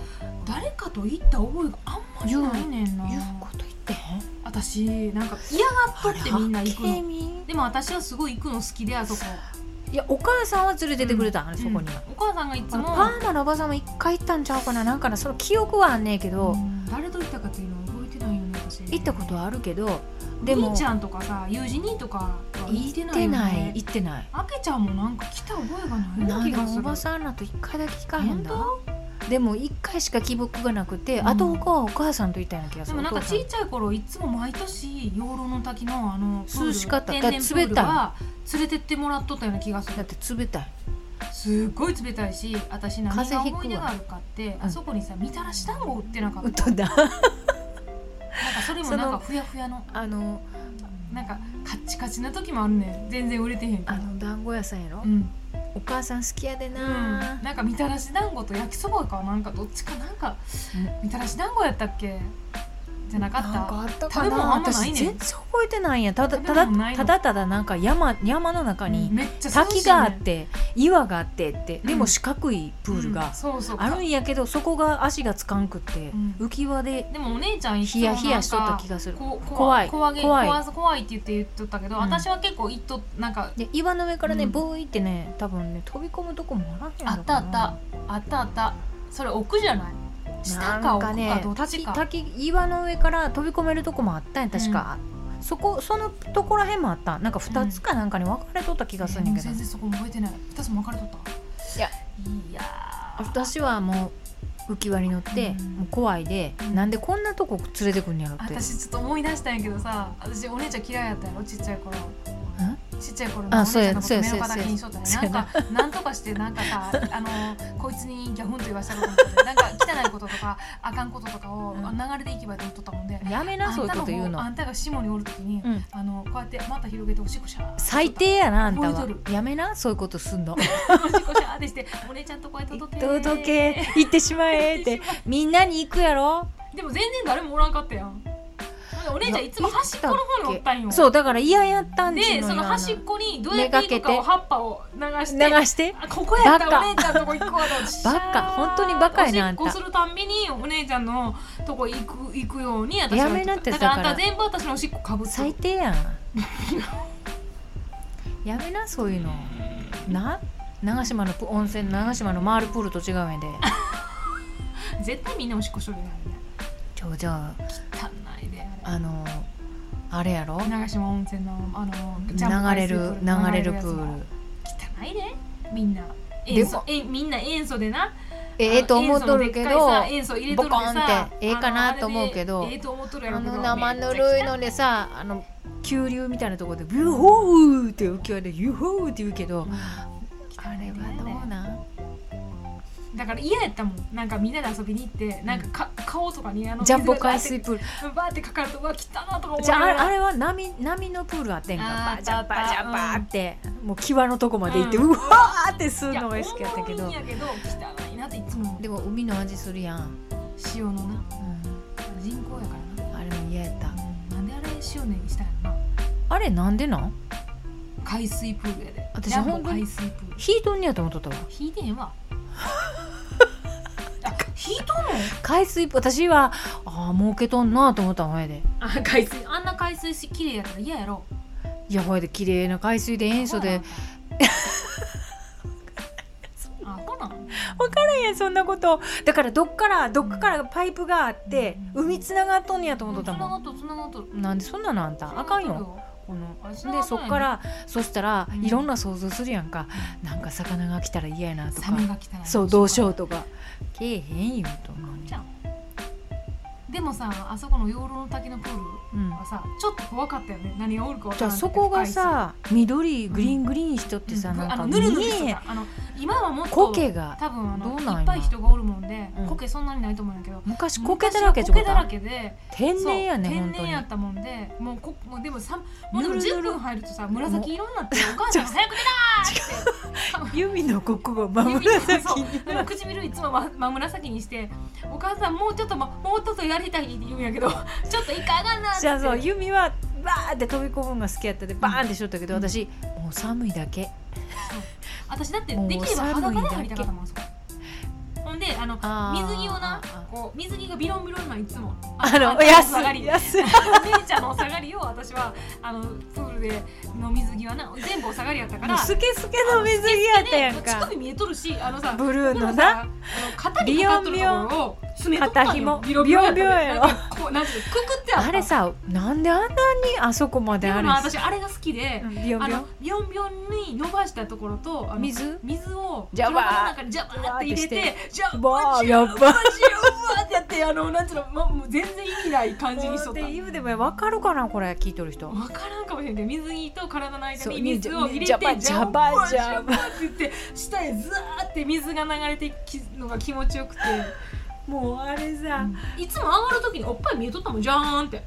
[SPEAKER 1] 誰かと行った覚えがあんまりないねんな
[SPEAKER 2] いうこと言ってへん
[SPEAKER 1] 私なんか嫌がっとってみんな行
[SPEAKER 2] あ
[SPEAKER 1] く
[SPEAKER 2] れ
[SPEAKER 1] の
[SPEAKER 2] 発見
[SPEAKER 1] でも私はすごい行くの好きであそこ
[SPEAKER 2] いやお母さんは連れてってくれた、あれそこには、
[SPEAKER 1] うんお母さんがいつ
[SPEAKER 2] あのパ
[SPEAKER 1] も
[SPEAKER 2] ーマのおばさんも一回行ったんちゃうかななんかなその記憶はあんねんけど、
[SPEAKER 1] うん誰と行ったかっていうのは覚えてないよね私
[SPEAKER 2] 行ったことはあるけどで
[SPEAKER 1] でも
[SPEAKER 2] も
[SPEAKER 1] 兄ちゃんとかさ友人にとかは
[SPEAKER 2] 行
[SPEAKER 1] 行
[SPEAKER 2] っ
[SPEAKER 1] っ
[SPEAKER 2] て
[SPEAKER 1] てないよ
[SPEAKER 2] ない
[SPEAKER 1] ね
[SPEAKER 2] 行ってない
[SPEAKER 1] あけちゃんもなんか来た覚えがないよう
[SPEAKER 2] な
[SPEAKER 1] な気
[SPEAKER 2] んか
[SPEAKER 1] がす
[SPEAKER 2] お
[SPEAKER 1] る
[SPEAKER 2] ばさんらと一回だけ聞かへんだ
[SPEAKER 1] 本
[SPEAKER 2] でも一回しか記憶がなくて、
[SPEAKER 1] うん
[SPEAKER 2] あと他はお母さんといたような気がす
[SPEAKER 1] で
[SPEAKER 2] る
[SPEAKER 1] もなん
[SPEAKER 2] お
[SPEAKER 1] か
[SPEAKER 2] 父さ
[SPEAKER 1] ちいちゃい頃いつも毎年養老の滝のあのプール
[SPEAKER 2] 涼しかっただ
[SPEAKER 1] 天然プ
[SPEAKER 2] から
[SPEAKER 1] ー
[SPEAKER 2] 冷
[SPEAKER 1] ル
[SPEAKER 2] たい
[SPEAKER 1] は連れてってもらっとったような気がす
[SPEAKER 2] だ
[SPEAKER 1] る
[SPEAKER 2] って冷たい
[SPEAKER 1] すっごい冷たいし私何
[SPEAKER 2] 風邪
[SPEAKER 1] が
[SPEAKER 2] ひくわ
[SPEAKER 1] 思い出があるかって
[SPEAKER 2] ん
[SPEAKER 1] あそこにさみたらし団子売ってなか
[SPEAKER 2] う
[SPEAKER 1] ったなん
[SPEAKER 2] っ
[SPEAKER 1] か
[SPEAKER 2] とんだ
[SPEAKER 1] それもなんかふやふやの
[SPEAKER 2] あの
[SPEAKER 1] なんかカッチカチな時もあるねん全然売れてへんか
[SPEAKER 2] あ
[SPEAKER 1] ら
[SPEAKER 2] の団子屋さんやろ、
[SPEAKER 1] うん
[SPEAKER 2] お母さん好きやでな、
[SPEAKER 1] なんかみたらし団子と焼きそばかなんかどっちかなんかみたらし団子やったっけじゃなかっ
[SPEAKER 2] なんか
[SPEAKER 1] た
[SPEAKER 2] あったか
[SPEAKER 1] 食べ物
[SPEAKER 2] な
[SPEAKER 1] あんまない
[SPEAKER 2] 私
[SPEAKER 1] ねん
[SPEAKER 2] 全然覚えてないんやただた
[SPEAKER 1] 食べ
[SPEAKER 2] だ
[SPEAKER 1] 物ないの
[SPEAKER 2] ただただなんか山山の中に
[SPEAKER 1] めっちゃ涼し
[SPEAKER 2] 滝
[SPEAKER 1] いね
[SPEAKER 2] があって岩があってってで
[SPEAKER 1] う
[SPEAKER 2] も
[SPEAKER 1] ん
[SPEAKER 2] 四角いプール
[SPEAKER 1] う
[SPEAKER 2] が
[SPEAKER 1] んそうそう
[SPEAKER 2] あるんやけどそこが足がつかんくって、
[SPEAKER 1] ん
[SPEAKER 2] 浮き輪で
[SPEAKER 1] でもお姉ちゃんいつ
[SPEAKER 2] ヒヤ
[SPEAKER 1] もなんか
[SPEAKER 2] ヒヤしとった気がする
[SPEAKER 1] ここ
[SPEAKER 2] 怖い
[SPEAKER 1] 怖げ
[SPEAKER 2] 怖い
[SPEAKER 1] 怖い怖いって言って言っとったけど、
[SPEAKER 2] うん
[SPEAKER 1] 私は結構いっとなんか
[SPEAKER 2] で岩の上からね、
[SPEAKER 1] うん
[SPEAKER 2] ボーイってね多分ね飛び込むとこもあらへん
[SPEAKER 1] あ
[SPEAKER 2] の
[SPEAKER 1] っ
[SPEAKER 2] か
[SPEAKER 1] た
[SPEAKER 2] な
[SPEAKER 1] あったあったあったそれ奥じゃない下
[SPEAKER 2] な
[SPEAKER 1] か
[SPEAKER 2] ん
[SPEAKER 1] 奥
[SPEAKER 2] か
[SPEAKER 1] か
[SPEAKER 2] ね
[SPEAKER 1] どっち
[SPEAKER 2] 滝
[SPEAKER 1] か
[SPEAKER 2] 滝岩の上から飛び込めるとこもあったんや確か、そこそのとこら辺もあったなんか2つかなんかに分かれとった気がするんやけど、
[SPEAKER 1] 全然そこも覚えてない2つも分かれとった
[SPEAKER 2] いや
[SPEAKER 1] いやー
[SPEAKER 2] 私はもう浮き輪に乗って、
[SPEAKER 1] うん
[SPEAKER 2] もう怖いで、
[SPEAKER 1] うん
[SPEAKER 2] なんでこんなとこ連れてくんやろって
[SPEAKER 1] 私ちょっと思い出したんやけどさ私お姉ちゃん嫌いやったやろちっちゃい頃ちっちゃい頃のお
[SPEAKER 2] あ
[SPEAKER 1] 姉ち
[SPEAKER 2] そうや
[SPEAKER 1] ゃんのこと目
[SPEAKER 2] そう
[SPEAKER 1] の
[SPEAKER 2] や
[SPEAKER 1] 敵にしとったん
[SPEAKER 2] そう
[SPEAKER 1] や
[SPEAKER 2] や
[SPEAKER 1] なん かなんとかしてなんかさあのこいつにギャフンと言わせたことなくてなんか汚いこととかあかんこととかを
[SPEAKER 2] うん
[SPEAKER 1] 流れでいきばで言っとったもんで、
[SPEAKER 2] やめなそういうこと言うの
[SPEAKER 1] あんたが下におるときに、
[SPEAKER 2] うん
[SPEAKER 1] あのこうやってまた広げておしっこしゃー
[SPEAKER 2] 最低やなあんたは
[SPEAKER 1] 覚えと
[SPEAKER 2] やめなそういうことすんの
[SPEAKER 1] おしっこしゃーってしてお姉ちゃんとこへ届けー
[SPEAKER 2] 届け行ってしまえってみんなに行くやろ
[SPEAKER 1] でも全然誰もおらんかったやんほんでお姉ちゃんいつも端っこの方におったんよ
[SPEAKER 2] そうだから嫌やったんち
[SPEAKER 1] で
[SPEAKER 2] の
[SPEAKER 1] その
[SPEAKER 2] よ
[SPEAKER 1] 端っこにどうやって行くか
[SPEAKER 2] めがけて
[SPEAKER 1] を葉っぱを流し
[SPEAKER 2] 流
[SPEAKER 1] て
[SPEAKER 2] して
[SPEAKER 1] あここやっ
[SPEAKER 2] バ
[SPEAKER 1] た
[SPEAKER 2] カ
[SPEAKER 1] らお姉ちゃんとこ行くわとシャー
[SPEAKER 2] バカ本当にバカやなあんた
[SPEAKER 1] おしっこするたんびにお姉ちゃんのとこ行く行くように私は
[SPEAKER 2] やめなって
[SPEAKER 1] だからあ
[SPEAKER 2] だ
[SPEAKER 1] ん
[SPEAKER 2] から
[SPEAKER 1] た全部私のおしっこかぶって
[SPEAKER 2] 最低やんやめなそういうのな長島のプ温泉長島の回るプールと違うんやで
[SPEAKER 1] 絶対みんなおしっこしとるやんね
[SPEAKER 2] ちょじゃ
[SPEAKER 1] 足んないであ
[SPEAKER 2] ああのあれやろ
[SPEAKER 1] れ長島温泉のあのジャンプ
[SPEAKER 2] 流れる流れるプール
[SPEAKER 1] 汚いでみんな
[SPEAKER 2] で
[SPEAKER 1] 塩
[SPEAKER 2] も
[SPEAKER 1] 素えみんな塩素でな
[SPEAKER 2] ええと思っとるけど
[SPEAKER 1] あの塩素でっかいさ塩素入れとるけど
[SPEAKER 2] ボコンっ
[SPEAKER 1] さ
[SPEAKER 2] てええかなと思うけど
[SPEAKER 1] あのあれでええと思っとるや
[SPEAKER 2] あ
[SPEAKER 1] ろうけど
[SPEAKER 2] の生ぬるいのでさあの急流みたいなところで「ビューホー!」って浮き輪で「ユーホー!」って言うけどあれはどうなん
[SPEAKER 1] だから嫌やったもんなんかみんなで遊びに行ってなんかか顔とかにあの
[SPEAKER 2] ジャンボ海水プール
[SPEAKER 1] 水がバーってかかるとうわ汚なとか思
[SPEAKER 2] じゃああれあ
[SPEAKER 1] れ
[SPEAKER 2] れは波波のプールあってんか
[SPEAKER 1] あー
[SPEAKER 2] バジャバジャバ
[SPEAKER 1] あったあっ
[SPEAKER 2] ー
[SPEAKER 1] た
[SPEAKER 2] ってもう際のとこまで行って
[SPEAKER 1] う
[SPEAKER 2] うわーって吸うのが好きやったけど
[SPEAKER 1] いやほんまにいいんやけど汚いなっていつも思う
[SPEAKER 2] でも海の味するやん、
[SPEAKER 1] 塩のな
[SPEAKER 2] う
[SPEAKER 1] 人工やから
[SPEAKER 2] ん、あれも嫌やった
[SPEAKER 1] な、なんであれ塩ねにしたんやろな
[SPEAKER 2] あれなんでなん
[SPEAKER 1] 海水プールやで
[SPEAKER 2] 私
[SPEAKER 1] ジャンボ
[SPEAKER 2] ほんとに
[SPEAKER 1] 海水プール
[SPEAKER 2] ヒートにやと思っとったわ
[SPEAKER 1] 引いてへん わあ引いとんの
[SPEAKER 2] 海水プール私はああ儲けとんなと思ったわやで
[SPEAKER 1] あ海水あんな海水し綺麗やったら嫌やろ
[SPEAKER 2] いやほやで綺麗な海水で塩素で
[SPEAKER 1] あほなん
[SPEAKER 2] いやそんなことだからどっからどっかからパイプがあって
[SPEAKER 1] うん
[SPEAKER 2] 海つながっとんねやと思っとった
[SPEAKER 1] つなが
[SPEAKER 2] も
[SPEAKER 1] っとるつながっとる
[SPEAKER 2] んなんでそんなのあんたあかんよこの
[SPEAKER 1] あれつなが
[SPEAKER 2] で
[SPEAKER 1] っと
[SPEAKER 2] そ
[SPEAKER 1] んや
[SPEAKER 2] っ
[SPEAKER 1] ね
[SPEAKER 2] からそしたら
[SPEAKER 1] うん
[SPEAKER 2] いろんな想像するやんかなんか魚が来たら嫌やなと
[SPEAKER 1] サ
[SPEAKER 2] か
[SPEAKER 1] メが来たら
[SPEAKER 2] そうどうしよ
[SPEAKER 1] う
[SPEAKER 2] うとかけえへんよと思う
[SPEAKER 1] じゃんでもさあそこの養老の滝のプール
[SPEAKER 2] うん
[SPEAKER 1] はさちょっと怖かったよね何がおるかわ
[SPEAKER 2] じ
[SPEAKER 1] か
[SPEAKER 2] ゃ
[SPEAKER 1] ら
[SPEAKER 2] あ
[SPEAKER 1] ん
[SPEAKER 2] そこがさ緑グリーングリーンしとっ
[SPEAKER 1] う
[SPEAKER 2] て
[SPEAKER 1] ん
[SPEAKER 2] さなんか
[SPEAKER 1] あのぬるぬるし
[SPEAKER 2] 見
[SPEAKER 1] と
[SPEAKER 2] え
[SPEAKER 1] っ
[SPEAKER 2] へん
[SPEAKER 1] たあの今はもっと
[SPEAKER 2] 苔が
[SPEAKER 1] 多分あ
[SPEAKER 2] ど
[SPEAKER 1] の
[SPEAKER 2] うなんや
[SPEAKER 1] いっぱい人がおるもんで
[SPEAKER 2] うん
[SPEAKER 1] 苔そんなにないと思うんやけど
[SPEAKER 2] 昔苔
[SPEAKER 1] 昔
[SPEAKER 2] だらけちょ
[SPEAKER 1] 苔だら
[SPEAKER 2] こ
[SPEAKER 1] けで
[SPEAKER 2] 天然やね
[SPEAKER 1] そう
[SPEAKER 2] 本当
[SPEAKER 1] 天然
[SPEAKER 2] に
[SPEAKER 1] やったもんでもうこもうでもさもうでも
[SPEAKER 2] ぬるぬる
[SPEAKER 1] 10分入るとさ紫色になってお母さんが
[SPEAKER 2] ちょ
[SPEAKER 1] 早く
[SPEAKER 2] 指のここが真
[SPEAKER 1] 出たって
[SPEAKER 2] 紫
[SPEAKER 1] 指そうでも唇いつもま真紫にしてお母さんもうちょっと、ま、もうちょっとやりたいって言うんやけど ちょっといかがなっつって
[SPEAKER 2] じゃあそうユミはバーって飛び込むのが好きやったでバーンってしとったけど、私もう寒いだけ
[SPEAKER 1] 私だってできれば
[SPEAKER 2] もう寒い
[SPEAKER 1] 裸
[SPEAKER 2] だ
[SPEAKER 1] で
[SPEAKER 2] け
[SPEAKER 1] 入りたかったもんあそこほんであの
[SPEAKER 2] あー
[SPEAKER 1] 水着をな
[SPEAKER 2] あ
[SPEAKER 1] こう水着がビロンビロンなんいつも
[SPEAKER 2] あのお
[SPEAKER 1] お
[SPEAKER 2] やす
[SPEAKER 1] 下がり
[SPEAKER 2] やす
[SPEAKER 1] お姉ちゃんのお下がりを私はあのプールでの水着はな全部お下がりやったか
[SPEAKER 2] もう
[SPEAKER 1] ら
[SPEAKER 2] スケスケの水着やったやん
[SPEAKER 1] 乳
[SPEAKER 2] か
[SPEAKER 1] 首見えとるしあのさ
[SPEAKER 2] ブルーの
[SPEAKER 1] だから
[SPEAKER 2] な
[SPEAKER 1] さあの肩にかかっとるところを詰めとった
[SPEAKER 2] 肩
[SPEAKER 1] ん
[SPEAKER 2] 紐
[SPEAKER 1] よ
[SPEAKER 2] ビロビロやろ
[SPEAKER 1] なんかこうなんていうのくくってあった
[SPEAKER 2] あれさなんであんなにあそこまで
[SPEAKER 1] で
[SPEAKER 2] あ
[SPEAKER 1] も
[SPEAKER 2] る
[SPEAKER 1] な私あれが好きで
[SPEAKER 2] う、んビヨン
[SPEAKER 1] あ
[SPEAKER 2] ビヨ
[SPEAKER 1] の
[SPEAKER 2] ン
[SPEAKER 1] ビヨンビヨンに伸ばしたところとあの
[SPEAKER 2] 水
[SPEAKER 1] 水を
[SPEAKER 2] ジャバー
[SPEAKER 1] 体の中にジャバーって入
[SPEAKER 2] ジ
[SPEAKER 1] れ
[SPEAKER 2] ャバー
[SPEAKER 1] てジャ
[SPEAKER 2] バ
[SPEAKER 1] バ
[SPEAKER 2] ー
[SPEAKER 1] ージ
[SPEAKER 2] や
[SPEAKER 1] ャ
[SPEAKER 2] ば
[SPEAKER 1] バ
[SPEAKER 2] い
[SPEAKER 1] ージャバーってやってあのなんていうのもうもう全然意味ない感じにしと
[SPEAKER 2] っ
[SPEAKER 1] った
[SPEAKER 2] て言
[SPEAKER 1] 分
[SPEAKER 2] うでもわかるかなこれ聞いとる人
[SPEAKER 1] からんかもしれんけど水着と体の間
[SPEAKER 2] そう
[SPEAKER 1] に水を入れて
[SPEAKER 2] ジャバージャバー
[SPEAKER 1] ジャバーって言って下へザーって水が流れてきのが気持ちよくて。
[SPEAKER 2] もうあれさ
[SPEAKER 1] いつも上がるときにおっぱい見えとったもんじゃー んって。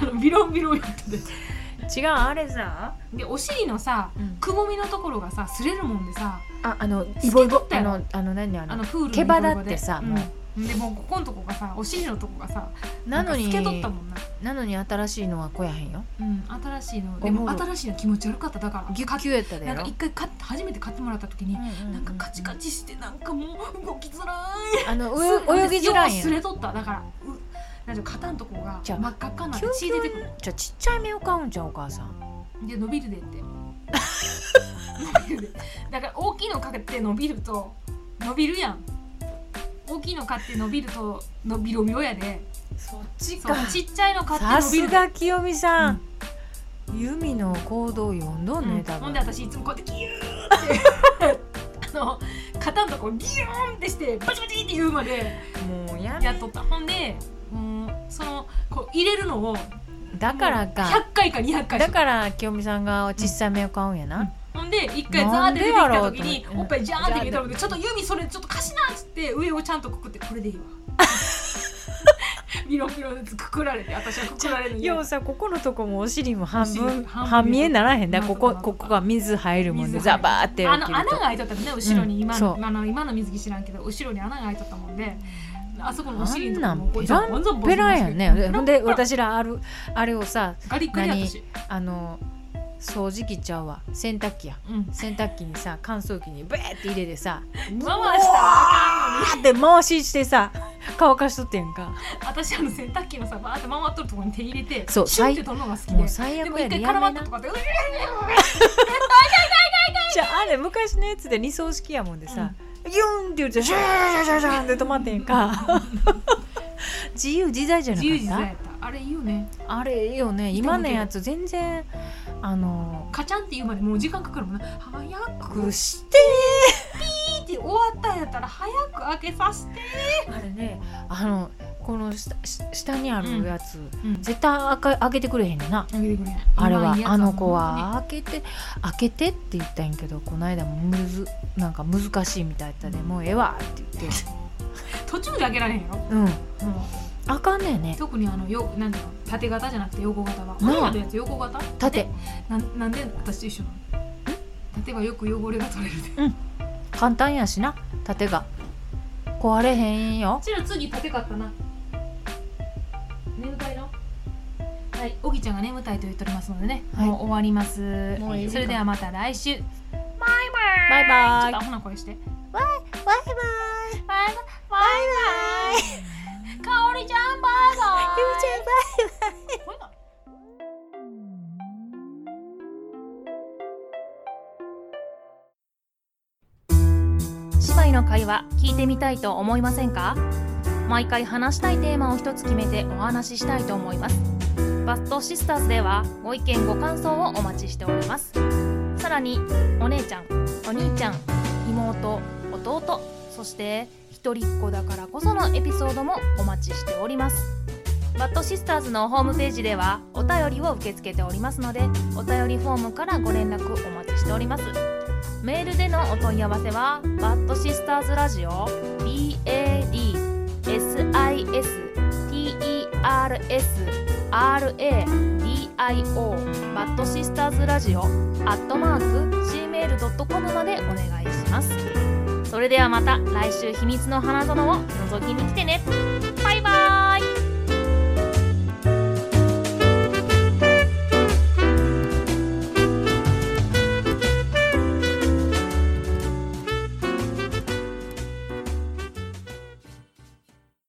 [SPEAKER 1] あのビロンビロンやってて。
[SPEAKER 2] 違うあれさ
[SPEAKER 1] で、お尻のさ、くぼみのところがさ、擦れるもんでさ、
[SPEAKER 2] ああの
[SPEAKER 1] イボイボ
[SPEAKER 2] あのあの何あ
[SPEAKER 1] あ
[SPEAKER 2] の
[SPEAKER 1] のプールの
[SPEAKER 2] 毛羽立って
[SPEAKER 1] ところで
[SPEAKER 2] さ
[SPEAKER 1] うん
[SPEAKER 2] も
[SPEAKER 1] で、もうここのとこがさ、お尻のとこがさ、
[SPEAKER 2] なの
[SPEAKER 1] ん
[SPEAKER 2] に
[SPEAKER 1] か透けとったもんな。
[SPEAKER 2] なのに新しいのは来やへんよ
[SPEAKER 1] うん、新しいの。でも
[SPEAKER 2] おもろ
[SPEAKER 1] 新しいの気持ち悪かった。だから、
[SPEAKER 2] ギュッギュやったで
[SPEAKER 1] な
[SPEAKER 2] や
[SPEAKER 1] ん
[SPEAKER 2] ろ
[SPEAKER 1] か一回買って初めて買ってもらったときに、
[SPEAKER 2] な
[SPEAKER 1] なんかカチカチして、なんかもう動きづらい。
[SPEAKER 2] あの
[SPEAKER 1] すご
[SPEAKER 2] 泳ぎづらいや
[SPEAKER 1] よう擦れ
[SPEAKER 2] ん
[SPEAKER 1] とった。だから、うなんていうの肩のとこが
[SPEAKER 2] じゃ
[SPEAKER 1] 真
[SPEAKER 2] あ
[SPEAKER 1] っ赤っかになって
[SPEAKER 2] キュンキ
[SPEAKER 1] 血
[SPEAKER 2] ュン
[SPEAKER 1] 出てくる。
[SPEAKER 2] じゃあちっちゃい目を買うんじゃんお母さん
[SPEAKER 1] で伸びるでって伸びるでだから大きいの買って伸びると伸びるやん大きいの買って伸びると伸びろみょやで
[SPEAKER 2] そっち
[SPEAKER 1] そうちっちゃいの買って
[SPEAKER 2] さ
[SPEAKER 1] 伸び
[SPEAKER 2] す
[SPEAKER 1] る
[SPEAKER 2] が清美さん
[SPEAKER 1] ん、
[SPEAKER 2] 由美の行動を読んど
[SPEAKER 1] うん
[SPEAKER 2] ね、
[SPEAKER 1] ん
[SPEAKER 2] 多
[SPEAKER 1] ほ
[SPEAKER 2] 分
[SPEAKER 1] んで私いつもこうやってギューって あの肩のとこギューンってしてバチバチって言うまで
[SPEAKER 2] もうや
[SPEAKER 1] やっとったほんでもうそのこう入れるのを
[SPEAKER 2] だからか
[SPEAKER 1] 100回か200回
[SPEAKER 2] だから清美さんが小さめを買うんやな、
[SPEAKER 1] ほんで一回ザーって出てき
[SPEAKER 2] なんでや
[SPEAKER 1] た時に
[SPEAKER 2] ろうと思って
[SPEAKER 1] おっぱいジャーって見えたのでちょっとユミそれちょっと貸しなっつって上をちゃんとくくってこれでい いわミロミロのやつくくられて私はくくられるのに
[SPEAKER 2] ようさここのとこもお尻も半
[SPEAKER 1] お
[SPEAKER 2] 分
[SPEAKER 1] 尻半分
[SPEAKER 2] 半見えならへんだ
[SPEAKER 1] なん
[SPEAKER 2] こと
[SPEAKER 1] か
[SPEAKER 2] こ
[SPEAKER 1] なんと
[SPEAKER 2] こ
[SPEAKER 1] か
[SPEAKER 2] こが水入るもん
[SPEAKER 1] 水
[SPEAKER 2] で
[SPEAKER 1] 入
[SPEAKER 2] ザ
[SPEAKER 1] る
[SPEAKER 2] バーって
[SPEAKER 1] あ
[SPEAKER 2] や
[SPEAKER 1] の
[SPEAKER 2] る
[SPEAKER 1] 穴が開いとったもんね後ろに今の,、
[SPEAKER 2] うんそう
[SPEAKER 1] あの今の水着知らんけど後ろに穴が開いとったもんであそこのお尻のと
[SPEAKER 2] あ
[SPEAKER 1] こ
[SPEAKER 2] んな
[SPEAKER 1] も
[SPEAKER 2] ん
[SPEAKER 1] こう
[SPEAKER 2] ペ
[SPEAKER 1] ザ
[SPEAKER 2] ラ
[SPEAKER 1] ボンザボン
[SPEAKER 2] ン
[SPEAKER 1] ボン
[SPEAKER 2] ペランやん
[SPEAKER 1] ペ
[SPEAKER 2] ね
[SPEAKER 1] ラ
[SPEAKER 2] ほんで私らあるあれをさ
[SPEAKER 1] ガリックで私
[SPEAKER 2] あの掃除機ちゃうわ洗濯機や
[SPEAKER 1] うん
[SPEAKER 2] 洗濯機にさ乾燥機にベーって入れてさ
[SPEAKER 1] 回したらあかんのに
[SPEAKER 2] パーって回ししてさ乾かしとってんか
[SPEAKER 1] 私あの洗濯機のさバーって回っとるところに手入れて
[SPEAKER 2] そう
[SPEAKER 1] シュンって取るのが好きで
[SPEAKER 2] もう最
[SPEAKER 1] でも
[SPEAKER 2] 悪や
[SPEAKER 1] 一
[SPEAKER 2] で
[SPEAKER 1] 回
[SPEAKER 2] や
[SPEAKER 1] 絡
[SPEAKER 2] め
[SPEAKER 1] まった
[SPEAKER 2] な
[SPEAKER 1] とかってうわ
[SPEAKER 2] じゃああれ昔のやつで二層式やもんでさ、ギュンって言ってシューシューシューシューシューって止まってん か自由自在じゃな
[SPEAKER 1] 自
[SPEAKER 2] かっ
[SPEAKER 1] 由
[SPEAKER 2] た
[SPEAKER 1] 自在やったあれいいよね
[SPEAKER 2] あれいいよね今のやつ全然あの
[SPEAKER 1] カチャンって言うまでもう時間かかるもんな早
[SPEAKER 2] く
[SPEAKER 1] くし
[SPEAKER 2] して
[SPEAKER 1] って終わったんやったら早く開けさせて、
[SPEAKER 2] あれねあのこの下下下にあるやつ、
[SPEAKER 1] うん、
[SPEAKER 2] 絶対開か開けてくれへんねんな
[SPEAKER 1] 開けてくれ
[SPEAKER 2] あれ
[SPEAKER 1] 今
[SPEAKER 2] はい
[SPEAKER 1] いやつ
[SPEAKER 2] あの子は開けて開けてって言ったんやけどこの間もむずなんか難しいみたいだったでもうええわって言って
[SPEAKER 1] 途中で開けられへんよ
[SPEAKER 2] うん
[SPEAKER 1] も
[SPEAKER 2] あかんねん
[SPEAKER 1] う
[SPEAKER 2] ね
[SPEAKER 1] 特にあのよなんていうの縦型じゃなくて横型は
[SPEAKER 2] なあ
[SPEAKER 1] 今のやつ横型
[SPEAKER 2] 縦
[SPEAKER 1] なんなんで私と一緒なの縦はよく汚れが取れるで
[SPEAKER 2] 簡単やしな縦が壊れへんよ
[SPEAKER 1] うちら次縦買ったな眠たいのはい、おぎちゃんが眠たいと言っておりますのでね、
[SPEAKER 2] はい
[SPEAKER 1] もう終わります
[SPEAKER 2] もういいか
[SPEAKER 1] それではまた来
[SPEAKER 2] バ
[SPEAKER 1] 週
[SPEAKER 2] イバ
[SPEAKER 1] ちょっ
[SPEAKER 2] イ
[SPEAKER 1] とアホな声して
[SPEAKER 2] バイバイ
[SPEAKER 1] バイバイバイかおりちゃんバイバイ
[SPEAKER 2] ゆみちゃん
[SPEAKER 1] これだ
[SPEAKER 3] 姉妹の会話聞いてみたいと思いませんか毎回話したいテーマを一つ決めてお話ししたいと思いますバストシスターズではご意見ご感想をお待ちしておりますさらにお姉ちゃんお兄ちゃん妹弟そして一人っ子だからこそのエピソードもお待ちしておりますバッドシスターズのホームページではお便りを受け付けておりますのでお便りフォームからご連絡お待ちしておりますメールでのお問い合わせはバッドシスターズラジオ BADSISTERSRADIO バッドシスターズラジオアットマーク Gmail.com までお願いしますそれではまた来週秘密の花園を覗きに来てねバイバーイ